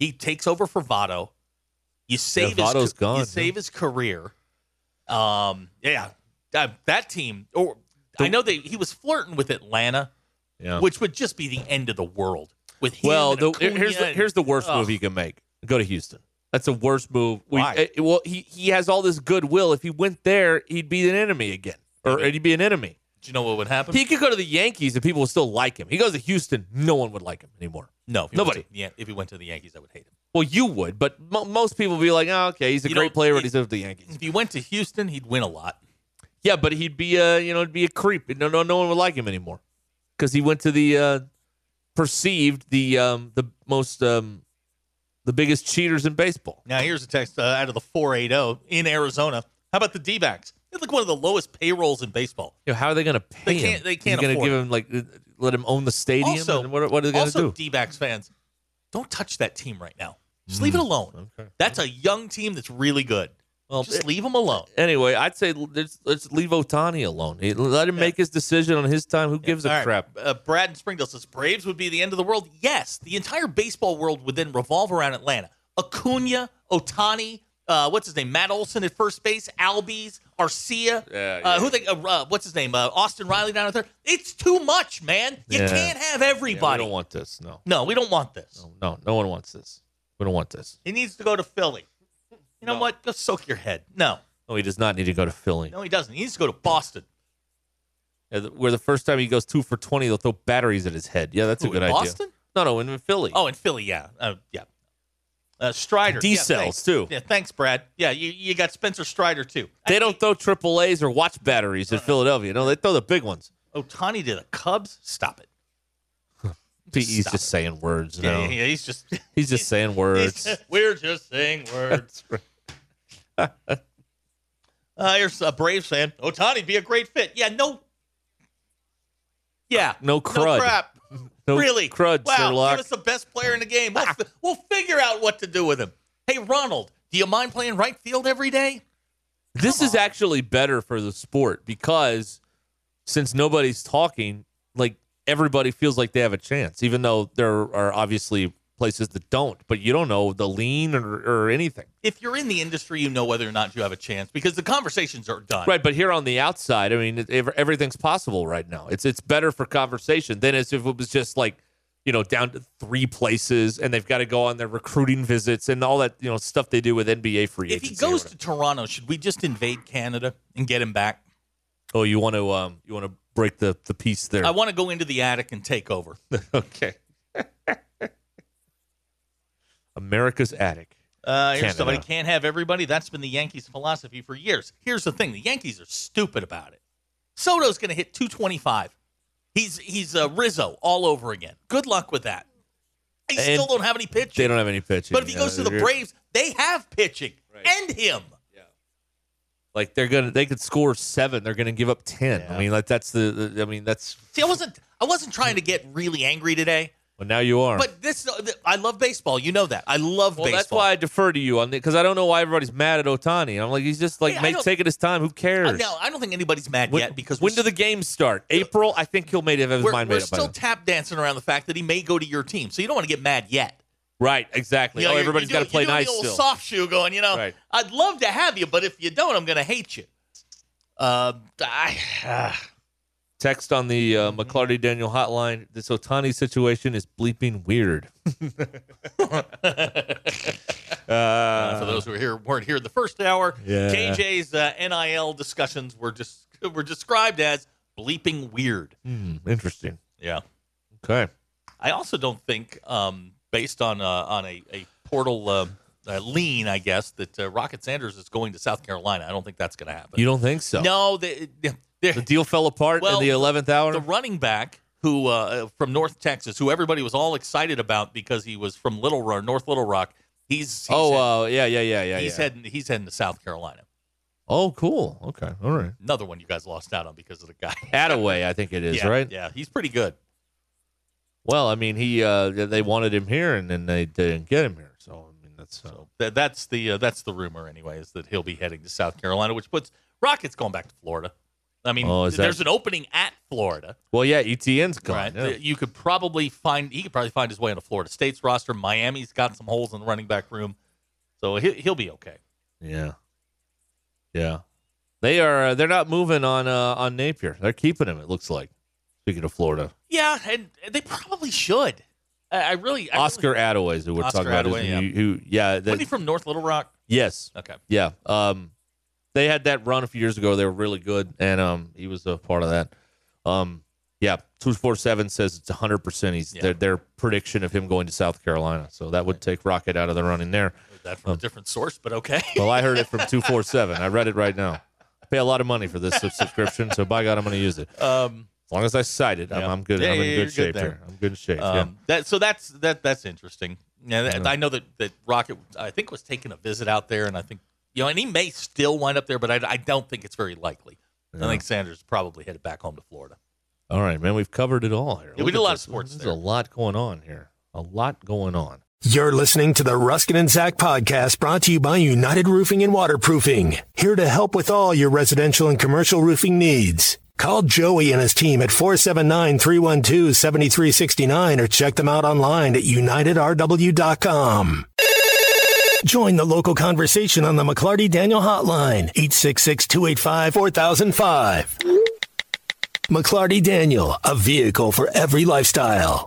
he takes over for Votto. You save his
Votto's
ca-
gone,
You
yeah.
save his career. Um. Yeah. That, that team. Or I know they. He was flirting with Atlanta,
yeah.
which would just be the end of the world. With him
well,
and
the,
Acuna
here's the,
and-
here's the worst
Ugh.
move you can make. Go to Houston. That's the worst move. We,
Why?
eh, well, he he has all this goodwill. If he went there, he'd be an enemy again, or he'd be an enemy.
Do you know what would happen?
He could go to the Yankees and people would still like him. He goes to Houston, no one would like him anymore.
no, if he
nobody.
went to- yeah, if he went to the Yankees, I would hate him.
Well, you would, but mo- most people would be like, "Oh, okay, he's a
You
great
don't-
player,
it-
but he's over the Yankees."
If he went to Houston, he'd win a lot.
Yeah, but he'd be a you know it'd be a creep. No, no, no one would like him anymore because he went to the uh, perceived the um, the most um, the biggest cheaters in baseball.
Now, here's a text uh, out of the 480 in Arizona. How about the D backs? It's like one of the lowest payrolls in baseball.
You know, how are they going to pay
They can't-
him?
they can't
You're going to
afford
give him like uh, let him own the stadium.
Also,
and what, what are they going to
also
do?
D backs fans, don't touch that team right now.
Hmm.
Just leave it alone. That's a young team that's really good.
Well,
Just
it-
leave them alone.
anyway, I'd say let's, let's leave Otani alone. He- Let him make his decision on his time. Who gives a
All right,
crap?
Uh, Brad in Springdale says Braves would be the end of the world. Yes, the entire baseball world would then revolve around Atlanta. Acuna, Otani, uh, what's his name? Matt Olson at first base, Albies, Arcia.
Yeah,
uh,
yeah.
who they? Uh, uh, what's his name? Uh, Austin Riley down there. It's too much, man. You
Yeah.
can't have
Yeah, we
everybody.
don't want this. No,
no, we don't want this.
no, no, no one wants this. We don't want this.
He needs to go to Philly. You know
No.
what? Go soak your head. No,
No, Oh, he does not need to go to Philly.
no, he doesn't. He needs to go to Boston.
Yeah, th- where the first time he goes two for 20, they'll throw batteries at his head. Yeah, that's
Who,
a good
in
idea.
Boston?
No, no, in Philly.
Oh, in Philly, yeah, uh, yeah. Uh, Strider,
D
yeah,
cells,
thanks.
too.
Yeah, thanks, Brad. Yeah, you, you got Spencer Strider too.
they don't throw triple A's or watch batteries
Uh-uh.
in Philadelphia. No, they throw the big ones.
Otani to the Cubs. Stop it.
He's
Stop
E just
it.
saying words
Yeah,
now.
yeah, yeah, he's just.
He's just saying words.
We're just saying words. Uh, here's a Braves fan. Otani'd be a great fit. Yeah, no. Yeah,
Ah, No crud.
No crap.
No
really?
crud, Ah.
Wow,
Sherlock.
give us the best player in the game. We'll, fi- we'll figure out what to do with him. Hey, Ronald, do you mind playing right field every day?
This is actually better for the sport because since nobody's talking, like everybody feels like they have a chance, even though there are obviously places that don't. But you don't know the lean or, or anything,
If you're in the industry, you know whether or not you have a chance because the conversations are done.
right? But here on the outside, I mean, it, ev- everything's possible right now. It's it's better for conversation than as if it was just like you know down to three places and they've got to go on their recruiting visits and all that you know stuff they do with NBA free
If
agency.
he
or
goes
whatever.
to Toronto, should we just invade Canada and get him back?
oh, you want to um, you want to break the the piece there.
I want to go into the attic and take over.
Okay. America's attic.
Uh, here's
Canada.
somebody can't have everybody. That's been the Yankees' philosophy for years. Here's the thing: the Yankees are stupid about it. Soto's going to hit 225. He's he's uh, Rizzo all over again. Good luck with that. They
And
still don't have any pitching.
They don't have any pitching.
but if he
you know,
goes to the
they're-
Braves, they have pitching. End him.
like they're gonna, they could score seven. They're gonna give up ten. I mean, like that's the, the- I mean, that's.
See, I wasn't I wasn't trying to get really angry today,
Well, now you are.
but this uh, I love baseball. You know that I love
well,
baseball.
that's why I defer to you on because I don't know why everybody's mad at Otani. I'm like, he's just like
Hey, I
make,
don't-
taking his time. Who cares?
Uh, no, I don't think anybody's mad
when,
yet because
when
we
do the games start? April. I think he'll made have his
we're,
mind
we're
made up. by
still
then.
tap dancing around the fact that he may go to your team, so you don't want to get mad yet.
right. Exactly.
You know,
oh,
you're-
everybody's
you
got to
do-
play
you do
nice
The old
still.
soft shoe going. You know,
Right.
I'd love to have you, but if you don't, I'm going to hate you. Um, I, ah.
Text on the uh,
Mm-hmm.
McClarty Daniel hotline. This Otani situation is bleeping weird. Uh,
for those who were here weren't here the first hour,
Yeah.
KJ's uh, NIL discussions were just were described as bleeping weird.
Hmm, interesting.
Yeah,
Okay.
I also don't think, um, based on uh, on a, a portal uh, uh, lean, I guess that uh, Rocket Sanders is going to South Carolina. I don't think that's going to happen.
You don't think so?
no, they,
The
they're,
deal fell apart
Well,
in the eleventh hour.
the running back who uh, from North Texas, who everybody was all excited about because he was from Little Rock, North Little Rock. He's, he's head-
oh, uh, yeah, yeah, yeah, yeah.
he's
yeah.
heading he's heading to South Carolina.
oh, cool. Okay, all right.
Another one you guys lost out on because of the guy.
Attaway, I think it is
yeah,
right.
Yeah, he's pretty good.
Well, I mean, he uh, they wanted him here, and then they didn't get him here. So I mean, that's uh,
So that, that's the uh, that's the rumor anyway is that he'll be heading to South Carolina, which puts Rockets going back to Florida. I mean,
Oh, is that-
there's an opening at Florida.
well, yeah. ETN's gone.
Right.
yeah.
You could probably find he could probably find his way into Florida State's roster. Miami's got some holes in the running back room, so he, he'll be okay.
Yeah. Yeah. They are. Uh, they're not moving on uh, on Napier. They're keeping him. It looks like. Speaking of Florida,
Yeah, and they probably should. I, I really. I really-
Oscar Attaway's who we're
Oscar
talking about. is
Attaway,
who-
yeah.
Who? Yeah.
wasn't he
That,
from North Little Rock?
yes.
Okay.
Yeah. Um, they had that run a few years ago. They were really good, and um, he was a part of that. Um, yeah, two four seven says it's hundred percent. He's
Yeah.
their their prediction of him going to South Carolina. So that would take Rocket out of the running there.
Heard that
Oh.
from a different source, but okay.
Well, I heard it from two four seven. I read it right now. I pay a lot of money for this sub- subscription, so by God, I'm going to use it. As
Um,
long as I cite it, I'm,
Yeah.
I'm good.
Yeah,
I'm
yeah,
in
you're
good
good
shape
there.
here. I'm good in shape. yeah.
um, that so that's that that's interesting. Yeah, that, I know that that Rocket I think was taking a visit out there, and I think you know, and he may still wind up there, but I, I don't think it's very likely. I think Sanders probably headed back home to Florida.
All right, man. We've covered it all here.
Yeah, we
Look
did a
at
lot of
this.
sports
There's
there.
a lot going on here. A lot going on.
You're listening to the Ruskin and Zach podcast brought to you by United Roofing and Waterproofing, here to help with all your residential and commercial roofing needs. Call Joey and his team at 479-312-7369 or check them out online at unitedrw.com. Join the local conversation on the McClarty Daniel Hotline, 866-285-4005. McClarty Daniel, a vehicle for every lifestyle.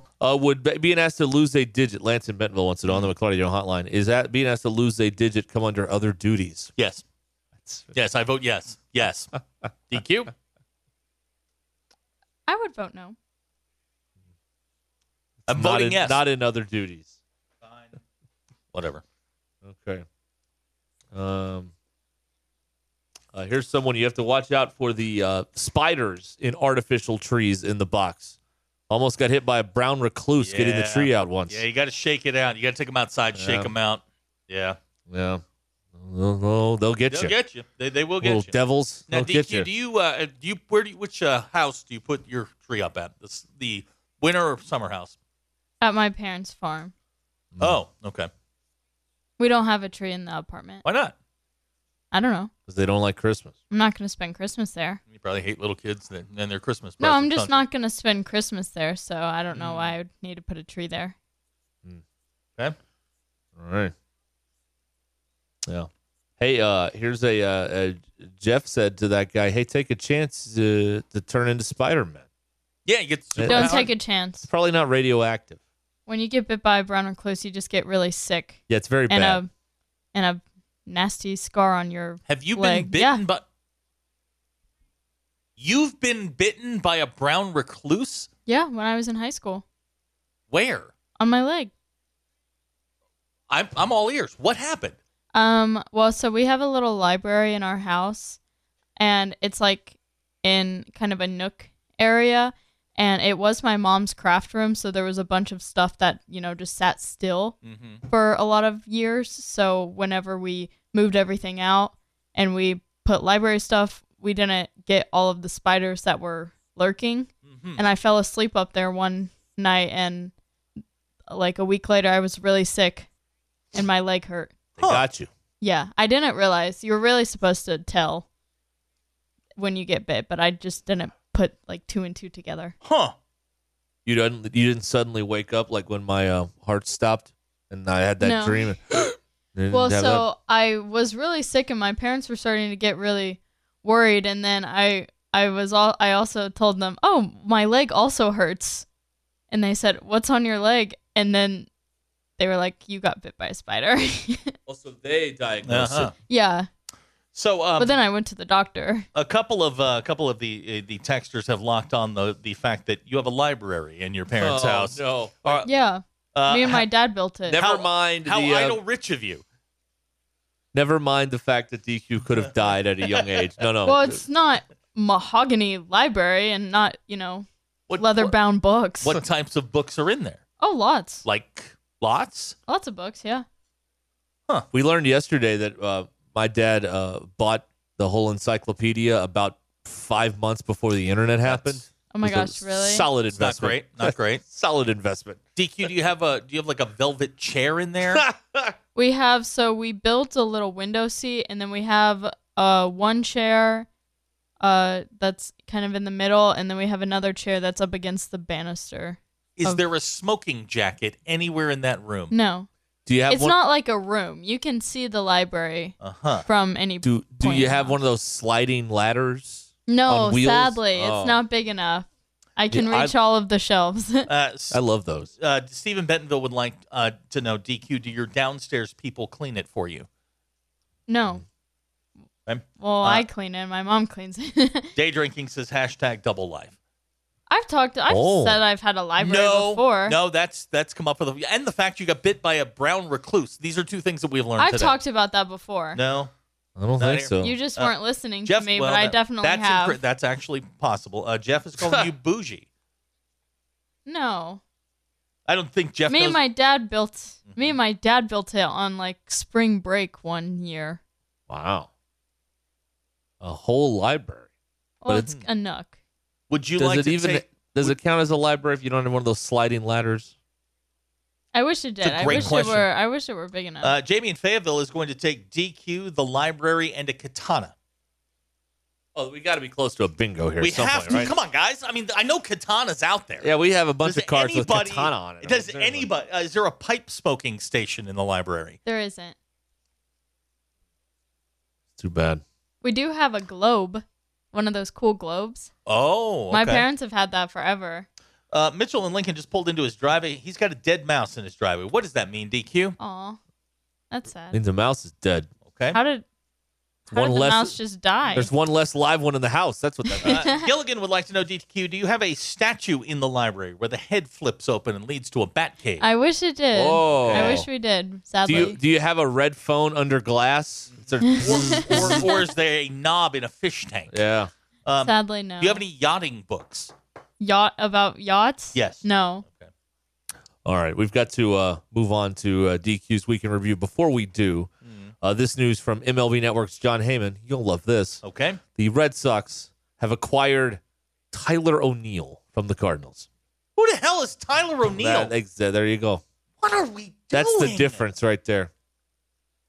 uh, would be- being asked to lose a digit, Lance and Bentonville wants to know on
Mm-hmm.
the McClarty hotline, is that being asked to lose a digit come under other duties?
Yes. Yes, I vote yes. Yes. DQ?
I would vote no.
I'm
Not
voting
in-
yes.
Not in other duties.
Whatever.
Okay. Um, uh, here's someone you have to watch out for the uh, spiders in artificial trees in the box. Almost got hit by a brown recluse getting the
Yeah.
tree out once.
Yeah, you got to shake it out. You got to take them outside, shake 'em shake
Yeah.
them out. Yeah.
Yeah. They'll, they'll- they'll get
They'll
you.
get you. They, they will get
Little
you.
devils.
Now,
they'll
DQ,
get you.
do you uh, do you where do you, which uh, house do you put your tree up at? This, the winter or summer house?
At my parents' farm.
Mm-hmm.
Oh, okay.
We don't have a tree in the apartment.
Why not?
I don't know.
'Cause they don't like Christmas.
I'm not going to spend Christmas there.
You probably hate little kids that- and their Christmas.
No, I'm
presents,
just
don't
not going to spend Christmas there, so I don't know why I would need to put a tree there.
you? Okay.
All right. Yeah. Hey, uh, here's a, uh, uh Jeff said to that guy, "Hey, take a chance to to turn into Spider Man.
Yeah, you get.
Yeah.
Don't
Well,
take a
It's
chance.
probably not radioactive.
When you get bit by a brown recluse, you just get really sick
Yeah, it's very
and um,
bad.
a and a nasty scar on your
Have you
leg.
been bitten
Yeah.
by? You've been bitten by a brown recluse.
Yeah, when I was in high school.
Where?
On my leg.
I'm I'm all ears. What happened?
Um, well, so we have a little library in our house, and it's like in kind of a nook area. And it was my mom's craft room, so there was a bunch of stuff that, you know, just sat still for a lot of years. So whenever we moved everything out and we put library stuff, we didn't get all of the spiders that were lurking. And I fell asleep up there one night, and like a week later, I was really sick and my leg hurt.
They got you.
Yeah, I didn't realize you were really supposed to tell when you get bit, but I just didn't put like two and two together.
Huh?
You didn't. You didn't suddenly wake up like when my uh, heart stopped and I had that
No.
dream. You didn't
Well,
have that?
so I was really sick, and my parents were starting to get really worried, and then I I was all I also told them, oh, my leg also hurts, and they said, what's on your leg? And then they were like, you got bit by a spider.
also they diagnosed
Uh-huh.
it.
yeah,
So, um,
but then I went to the doctor.
a couple of uh, a couple of the uh, the texters have locked on the the fact that you have a library in your parents'
Oh,
house.
No,
Uh,
Yeah,
uh,
me and my
ho-
dad built it.
never
how-
mind.
How
the, uh,
idle rich of you.
never mind the fact that DQ could have died at a young age. No, no.
Well, it's not mahogany library and not, you know,
What-
leather
what-
bound books.
What types of books are in there?
Oh, lots.
Like lots.
Lots of books, yeah.
We learned yesterday that uh, my dad uh, bought the whole encyclopedia about five months before the internet happened.
Oh my
It was a
gosh, really?
Solid
It's not
investment.
great. Not great.
Solid investment.
DQ, do you have a do you have like a velvet chair in there?
We have, so we built a little window seat and then we have uh, one chair uh, that's kind of in the middle and then we have another chair that's up against the banister.
Is
Of-
there a smoking jacket anywhere in that room?
No.
Do you have
It's
one?
not like a room. You can see the library
Uh huh.
from any
do do
point
you
in
have
time.
one of those sliding ladders?
No,
on wheels?
sadly,
Oh.
it's not big enough. I can
Yeah, I-
reach all of the shelves.
Uh, s-
I love those.
uh, Stephen Bentonville would like uh, to know, DQ, do your downstairs people clean it for you?
No.
I'm-
well,
uh,
I clean it. My mom cleans it.
Day drinking says hashtag double life.
I've talked. I've
Oh.
said I've had a library
no,
before.
no, that's that's come up for the and the fact you got bit by a brown recluse. These are two things that we've learned.
I've
today.
talked about that before.
No,
I don't
Not
think
here.
so.
You just
Uh,
weren't listening
Jeff.
to me,
well,
but I
that-
definitely
that's
have.
incre- that's actually possible. Uh, Jeff is calling you bougie.
no,
I don't think Jeff.
me
knows- Mm-hmm.
and my dad built. Me and my dad built it on like spring break one year.
wow. A whole library.
Well,
But
it's a nook.
Would you
Does
like
it
to
even
take?
Does it count as a library if you don't have one of those sliding ladders?
I wish it did.
It's a
I
great
wish
question.
it were. I wish it were big enough.
Uh, Jamie in Fayetteville is going to take DQ, the library, and a katana.
Oh, we got to be close to a bingo here.
we
at some
have
point,
to.
right?
Come on, guys. I mean, I know katana's out there.
Yeah, we have a bunch
Does
of cards with
anybody-
katana on it.
Does
Apparently.
anybody? Uh, is there a pipe smoking station in the library?
there isn't.
Too bad.
We do have a globe, one of those cool globes.
Oh,
My
okay.
parents have had that forever.
Uh, Mitchell and Lincoln just pulled into his driveway. He's got a dead mouse in his driveway. What does that mean, DQ?
Aw, that's sad.
means the mouse is dead.
Okay.
How did how
one
did the
less-
mouse just die?
There's one less live one in the house. That's what that means.
Uh, Gilligan would like to know, DQ, do you have a statue in the library where the head flips open and leads to a bat cave?
I wish it did.
Whoa.
I
Oh.
wish we did.
do
Sadly,
you do you have a red phone under glass? It's a-
or, or is there a knob in a fish tank?
yeah.
Um,
sadly no.
Do you have any yachting books?
yacht about yachts?
Yes.
No.
All right, we've got to uh, move on to uh, DQ's week in review. Before we do,
Mm.
uh, this news from MLB Network's John Heyman. You'll love
Oh.
this.
Okay.
The Red Sox have acquired Tyler O'Neill from the Cardinals.
Who the hell is Tyler O'Neill?
That- ex- there you go.
what are we doing?
That's the difference right there.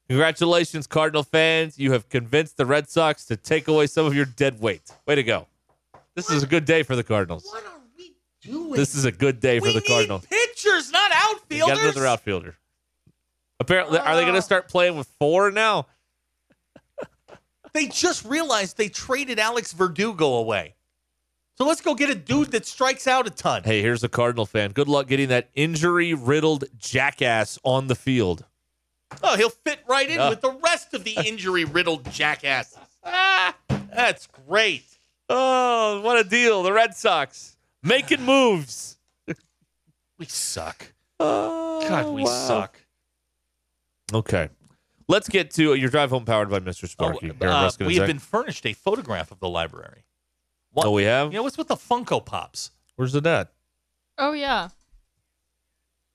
Congratulations, Cardinal fans. You have convinced the Red Sox to take away some of your dead weight. Way to go. This is a good day for the Cardinals.
What are we doing?
This is a good day for
we
the
need
Cardinals.
pitchers, not
They
outfielders.
got another outfielder. Apparently, are they going to start playing with four now?
They just realized they traded Alex Verdugo away. So let's go get a dude that strikes out a ton.
Hey, here's a Cardinal fan. Good luck getting that injury riddled jackass on the field.
Oh, he'll fit right in
Yeah.
with the rest of the injury riddled jackasses. Ah, that's great.
Oh, what a deal. The Red Sox making moves.
We suck.
Oh,
God, we
wow.
suck.
Okay. Let's get to uh, your drive home powered by Mr. Sparky. here
uh,
on Ruskin and
we have
Zach.
been furnished a photograph of the library.
Oh, we have?
You know what's with the Funko Pops?
Where's the net?
Oh yeah.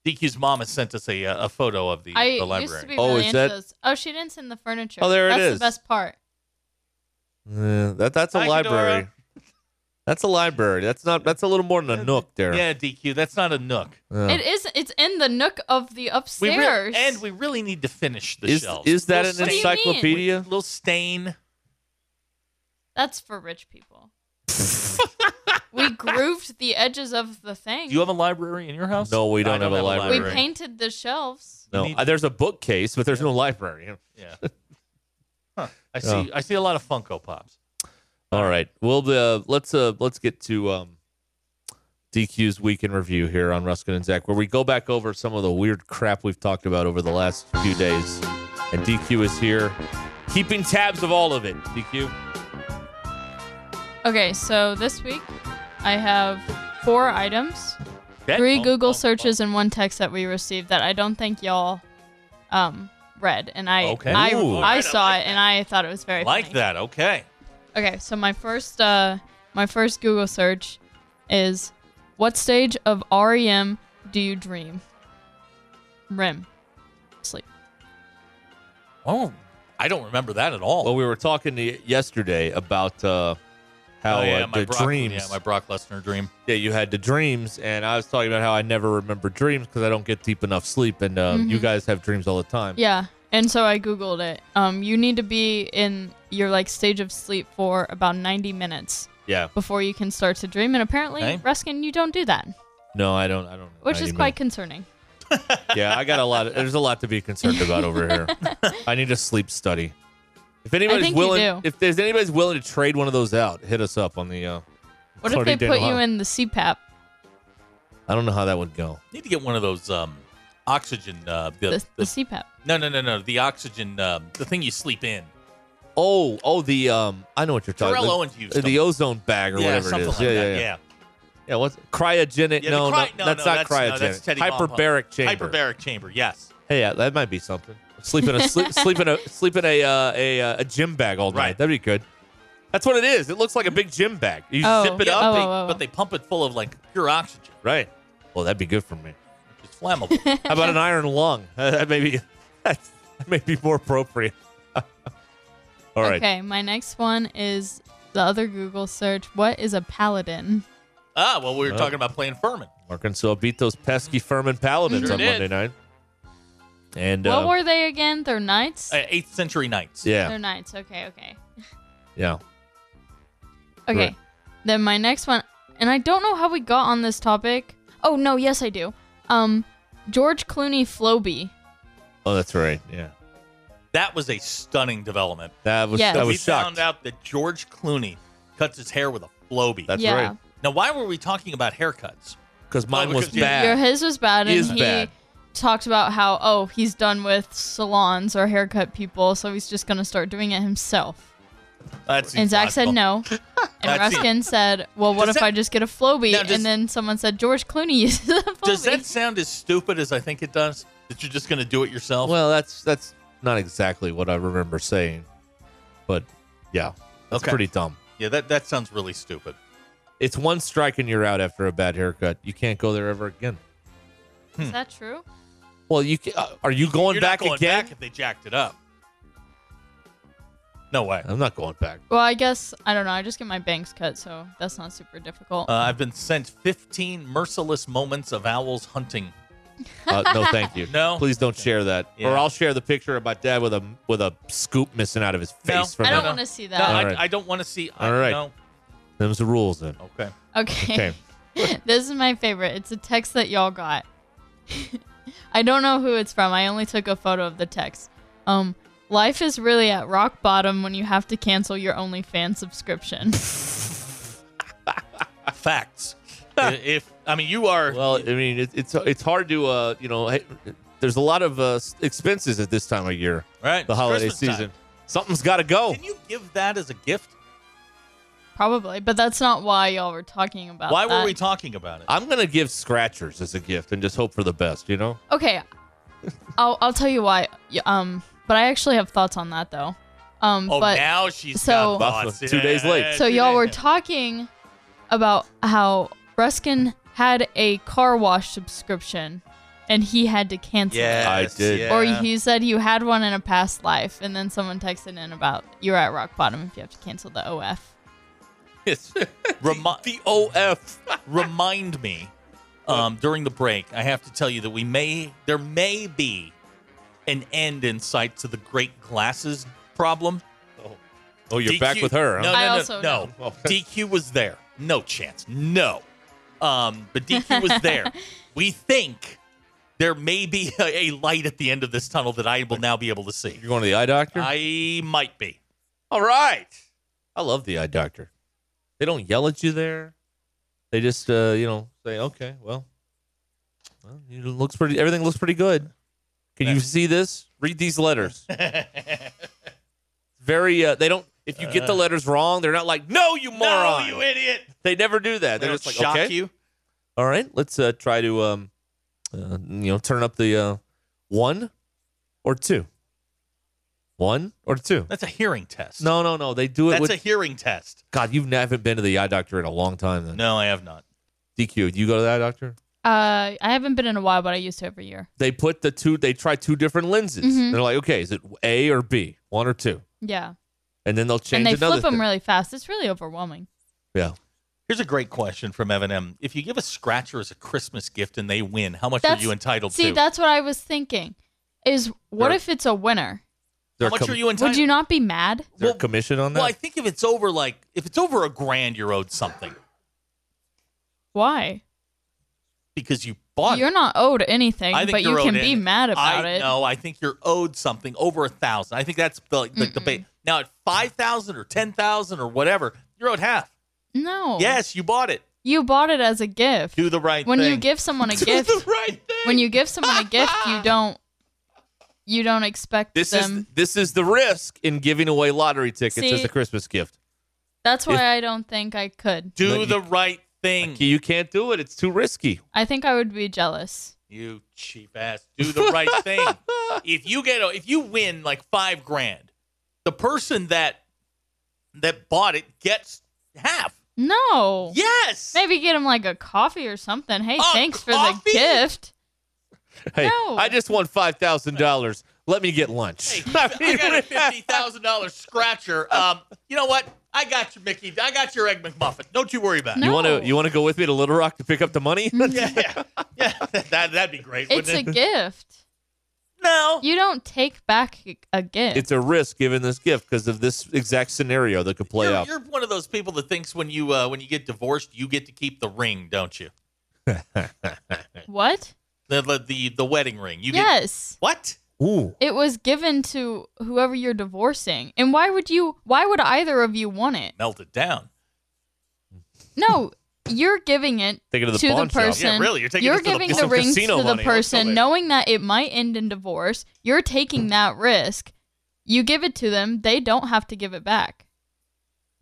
DQ's mom has sent us a, uh, a photo of the,
I
the library.
used to be
Oh,
really
is
into
that-
those. Oh, she didn't send the furniture.
Oh, there it
That's
is.
the best part.
Yeah, Uh, that that's a
Hi,
library.
Ghidorah.
That's a library. That's not. That's a little more than a nook there.
yeah, DQ, that's not a nook.
Yeah.
It is. It's in the nook of the
We re-
upstairs.
and we really need to finish the
Is-
shelves.
is that an
Little
What do you
stain-
mean?
encyclopedia?
Little stain.
That's for rich people. we grooved the edges of the thing.
Do you have a library in your house?
No, we don't
I
have a
we
library.
painted the shelves.
No,
need-
uh, there's a bookcase, but there's no library.
Yeah. Huh. I see. I see a lot of Funko Pops.
All right. Well, uh, let's uh, let's get to um, DQ's week in review here on Ruskin and Zach, where we go back over some of the weird crap we've talked about over the last few days, and DQ is here, keeping tabs of all of it. DQ.
Okay, so this week I have four items,
Okay.
three
Oh,
Google
oh,
searches, and one text that we received that I don't think y'all um, read, and I
Okay.
I,
Ooh. Alright, I
I saw
like
it and I thought it was
oh.
very
Like
funny.
that. Okay.
Okay, so my first uh my first Google search is what stage of REM do you dream? REM. Sleep.
Oh, I don't remember that at all.
Well, we were talking to yesterday about uh, how
oh, yeah,
uh,
my
the
Brock,
dreams.
Yeah, my Brock Lesnar dream.
yeah, you had the dreams, and I was talking about how I never remember dreams because I don't get deep enough sleep, and uh, you guys have dreams all the time.
Mm-hmm. Yeah. And so I googled it. Um you need to be in your like stage of sleep for about 90 minutes
Yeah.
before you can start to dream and apparently
Okay.
Ruskin you don't do that,
No, I don't. I don't.
which is
90
quite concerning.
minutes. Yeah, I got a lot. Of, there's a lot to be concerned about over here. I need a sleep study. If anybody's
think you
willing,
do.
if there's anybody's willing to trade one of those out, hit us up on the. Uh,
What
Clardy
if they put
Daniel.
you in the CPAP?
I don't know how that would go.
Need to get one of those um, oxygen. Uh, the,
The, the
the-
CPAP.
no, no, no, no. The oxygen. Um, the thing you sleep in.
Oh, oh, the um, I know what you're talking.
Terrell
about.
Owens used
the,
them.
ozone bag or
yeah,
whatever it
something
is.
like
yeah,
that.
yeah, yeah. Yeah, what's cryogenic?
Yeah, the
no,
cry-
no,
no,
that's
no,
not
that's-
cryogenic.
no, that's Teddy Long Pump.
Hyperbaric chamber.
Hyperbaric chamber. Yes.
Hey, yeah, that might be something. Sleep in a sleep, sleep in a sleep in a uh, a, uh, a gym bag all night.
Right.
That'd be good. That's what it is. It looks like a big gym bag. You
Oh.
zip it
Yeah,
up,
oh,
they-
oh, oh.
But they pump it full of like pure oxygen.
right? Well, that'd be good for me.
It's flammable.
How about an iron lung? Uh, that may be that's, that may be more appropriate. all right.
Okay, my next one is the other Google search. What is a paladin?
Ah, well, we were talking about playing Furman.
Arkansas beat those pesky Furman Paladins
Sure
on
did.
Monday night. And
What
uh,
were they again? They're knights.
Uh, eighth century knights.
yeah,
They're knights. Okay, okay,
yeah.
okay.
Right.
Then my next one, and I don't know how we got on this topic. Oh no, yes I do. Um, George Clooney Floby.
Oh, that's right. Yeah,
That was a stunning development.
that was
Yes.
that
I
we
was shocked.
found out that George Clooney cuts his hair with a flowbee.
That's
yeah,
right.
now, why were we talking about haircuts?
Because mine
Oh,
was
because you-
Your
bad.
his was bad, and
Is
he
bad.
talked about how oh he's done with salons or haircut people, so he's just gonna start doing it himself.
That's
and Zach said no, and
That's it.
Ruskin said, "Well, what
Does
if
that-
I just get a Floby?"
Now, does-
and then someone said George Clooney uses a Floby.
Does that sound as stupid as I think it does? That you're just going to do it yourself?
Well, that's that's not exactly what I remember saying, but yeah, that's
Okay.
pretty dumb.
yeah, that, that sounds really stupid.
It's one strike and you're out after a bad haircut. You can't go there ever again.
hmm.
Is that true?
Well, you ca uh, are you going
You're
back
not going
again?
back if they jacked it up. No way.
I'm not going back.
Well, I guess I don't know. I just get my bangs cut, so that's not super difficult.
Uh, I've been sent 15 merciless moments of owls hunting.
Uh, no, thank you.
No?
please don't share that.
Yeah.
Or I'll share the picture of my dad with a with a scoop missing out of his face.
No.
from
I don't
it.
want to see
No,
that.
I,
All right.
I don't want to see. I,
All right.
No.
Them's the rules then.
Okay.
Okay. this is my favorite. It's a text that y'all got. I don't know who it's from. I only took a photo of the text. Um, life is really at rock bottom when you have to cancel your OnlyFans subscription.
Facts. I- if I mean you are
Well, I mean, it, it's it's hard to uh, you know, hey, there's a lot of uh, s- expenses at this time of year,
right
the holiday
Christmas time.
season. Something's got to go.
Can you give that as a gift?
Probably, but that's not why y'all were talking about.
Why
that.
were we talking about it?
I'm gonna give scratchers as a gift and just hope for the best. You know,
Okay. I'll I'll tell you why. Y- Um, but I actually have thoughts on that though. Um,
oh,
but
now she's
so-
got thoughts.
Buffalo, two days late.
so
two
y'all
days-
were talking about how Ruskin had a car wash subscription, and he had to cancel
Yes,
it.
I did.
yeah.
Or you said you had one in a past life, and then someone texted in about you're at rock bottom if you have to cancel the OF.
Remi- the OF remind me um, during the break. I have to tell you that we may there may be an end in sight to the great glasses problem.
oh, you're
DQ
back with her.
No,
Huh?
no,
I
no,
also
no.
know.
DQ was there. No chance. No. Um, but DQ was there. We think there may be a, a light at the end of this tunnel that I will now be able to see.
You're going to the eye doctor.
I might be.
All right. I love the eye doctor. They don't yell at you there. They just, uh, you know, say, "Okay, well, well you looks pretty. Everything looks pretty good. Can you see this? Read these letters. Very. Uh, they don't. If you get the letters wrong, they're not like, "No, you
No,
moron."
you idiot.
they never do that. They're
It'll
just like,
shock
"Okay,
you.
all right, let's uh, try to, um, uh, you know, turn up the uh, one or two, one or two.
That's a hearing test.
No, no, no. They do it
that's
with
a hearing test.
God, you haven't been to the eye doctor in a long time. Then
No, I have not.
DQ, do you go to the eye doctor?
Uh, I haven't been in a while, but I used to every year.
They put the two. They try two different lenses.
Mhm.
They're like, okay, is it A or B, one or two?
Yeah,
And then they'll change
and they
another.
flip them
thing.
really fast. It's really overwhelming.
yeah.
Here's a great question from Evan M. If you give a scratcher as a Christmas gift and they win, how much
That's-
are you entitled
See,
to?
that's what I was thinking. Is what
They're-
if it's a winner?
They're
how much
com-
are you entitled?
Would you not be mad?
is there a
Well,
commission on that?
Well, I think if it's over like if it's over a grand, you're owed something
Why?
because you bought
You're
it.
not owed anything,
I think
but you
you're
can
owed
be
in-
mad about
I,
it.
No, I think you're owed something over a thousand. I think that's the like, the debate. Now at five thousand or ten thousand or whatever, you're owed half.
No.
Yes, you bought it.
You bought it as a gift.
Do the right
when
thing.
you give someone a
Do
gift,
the right thing.
when you give someone a gift, you don't you don't expect
this
them.
is this is the risk in giving away lottery tickets as
See?
a Christmas gift.
That's why I don't think I could.
do
you-
the right thing.
You can't do it. It's too risky.
I think I would be jealous.
You cheap ass. Do the right thing. If you get a, if you win like five grand, the person that that bought it gets half.
No.
Yes.
Maybe get him like a coffee or something. Hey,
A
thanks for
coffee?
the gift.
Hey,
No.
I just won five thousand dollars. Let me get lunch.
Hey, I got a fifty thousand dollar scratcher. Um, you know what? I got you, Mickey. I got your egg McMuffin. Don't you worry about it.
You want to you want to go with me to Little Rock to pick up the money?
Mm-hmm.
yeah, yeah, yeah. That that'd be great.
It's a
wouldn't it?
gift.
No.
You don't take back a gift.
It's a risk given this gift because of this exact scenario that could play
You're,
out.
you're one of those people that thinks when you uh, when you get divorced, you get to keep the ring, don't you?
what?
The the the, the wedding ring. You Get,
yes.
what?
Ooh.
It was given to whoever you're divorcing. And why would you why would either of you want it?
Melt it down.
No, you're giving it
Take it to the
to the
pawn shop.
person.
Yeah, really, you're taking this to the pawn
giving the
shop.
rings to
Casino
the
money, let's
person
go,
knowing that it might end in divorce. You're taking that risk. You give it to them, they don't have to give it back.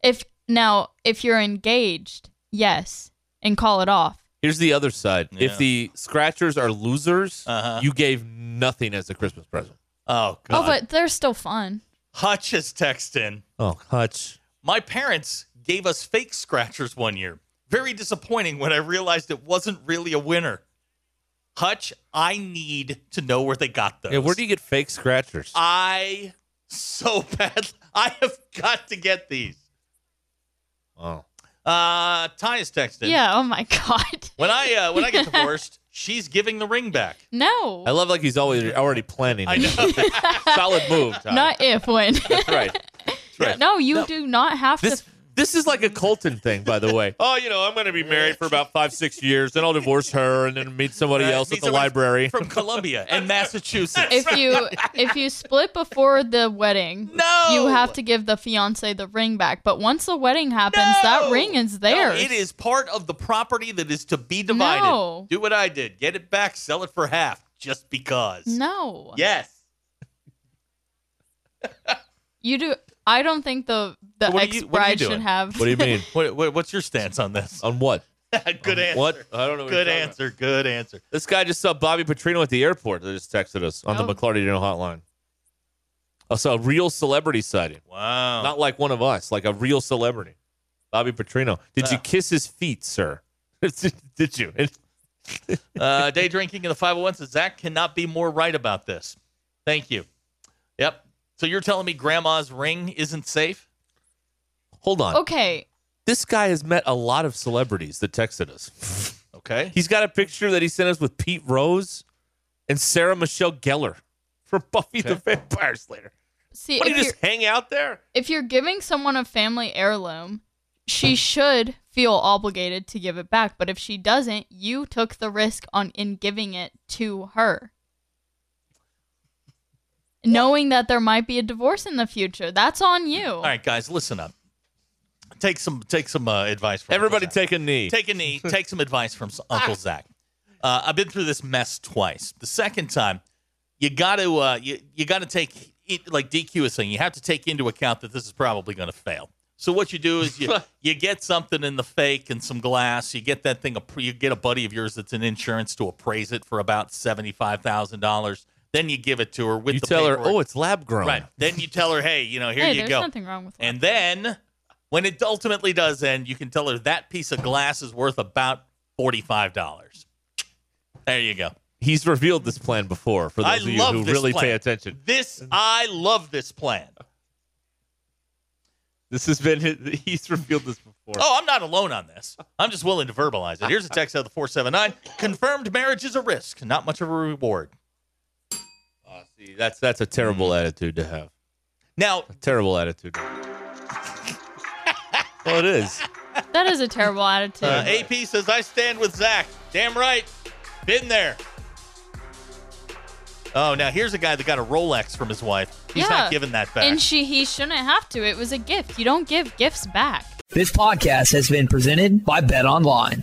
If now if you're engaged, yes, and call it off.
Here's the other side.
Yeah.
If the scratchers are losers,
Uh-huh.
you gave nothing as a Christmas present.
Oh
Oh,
God.
but they're still fun.
Hutch is texting.
Oh, Hutch.
My parents gave us fake scratchers one year. Very disappointing when I realized it wasn't really a winner. Hutch, I need to know where they got those.
Yeah, where do you get fake scratchers?
I so bad. I have got to get these.
oh.
Uh, Ty is texting.
Yeah, oh my god.
When I uh, when I get divorced, she's giving the ring back.
No.
I love like he's always already planning.
I
it.
know.
Solid move, Ty.
Not if when.
That's right.
no, you do not have
This
to
this is like a Colton thing, by the way. Oh, you know, I'm going to be married for about five, six years, then I'll divorce her, and then meet somebody
Uh,
else
meet
at the
somebody
library.
from Columbia and Massachusetts.
if you if you split before the wedding,
No!
you have to give the fiance the ring back. But once the wedding happens, that
No!
ring is
No,
there.
it is part of the property that is to be divided.
No.
Do what I did. Get it back, sell it for half, just because.
No,
Yes.
you do. I don't think the the
What are
ex
you- what are you
bride should
doing?
have.
What do you mean?
What, what, what's your stance on this?
On what?
Good answer.
What? I don't know. what you're talking
Good
about.
answer. Good answer.
This guy just saw Bobby Petrino at the airport. They just texted us on
Oh.
the McClarty Dinner Hotline. I saw a real celebrity sighting.
Wow.
Not like one of us, like a real celebrity. Bobby Petrino. Did you
Oh.
kiss his feet, sir? Did you?
uh, day drinking in the 501 says Zach cannot be more right about this. Thank you. Yep. So you're telling me grandma's ring isn't safe?
Hold on.
Okay,
This guy has met a lot of celebrities that texted us.
Okay.
He's got a picture that he sent us with Pete Rose and Sarah Michelle Gellar from Buffy the Vampire Slayer.
see
What do
if
you
you're,
just hang out there?
if you're giving someone a family heirloom, she
Hmm.
should feel obligated to give it back. But if she doesn't, you took the risk on in giving it to her. Knowing that there might be a divorce in the future, that's on you.
All right, guys, listen up. Take some take some uh, advice from
Everybody
Uncle Zach.
take a knee.
take a knee. Take some advice from s-
Ah.
Uncle Zach. Uh, I've been through this mess twice. The second time, you got to uh, you, you got to take it, like DQ is saying. You have to take into account that this is probably going to fail. So what you do is you you get something in the fake and some glass. You get that thing. appra- You get a buddy of yours that's in insurance to appraise it for about seventy five thousand dollars. Then you give it to her with
you
the
tell her,
paperwork.
oh, it's lab grown.
right. Then you tell her, hey, you know, here
hey,
you
there's
go.
nothing wrong with
And then when it ultimately does end, you can tell her that piece of glass is worth about $45. There you go.
He's revealed this plan before for those
I
of you
love
who
this
really
plan.
pay attention.
This I love this plan.
This has been his, he's revealed this before.
Oh, I'm not alone on this. I'm just willing to verbalize it. Here's a text out of the 479. Confirmed marriage is a risk, not much of a reward.
Aw, Oh, see, that's that's a terrible
Hmm.
attitude to have.
Now,
Terrible attitude. well, it is.
that. That is a terrible attitude.
uh, AP says, I stand with Zach. Damn right. Been there. Oh, now here's a guy that got a Rolex from his wife. He's
Yeah.
not giving that back.
and she he shouldn't have to. It was a gift. You don't give gifts back.
This podcast has been presented by Bet Online.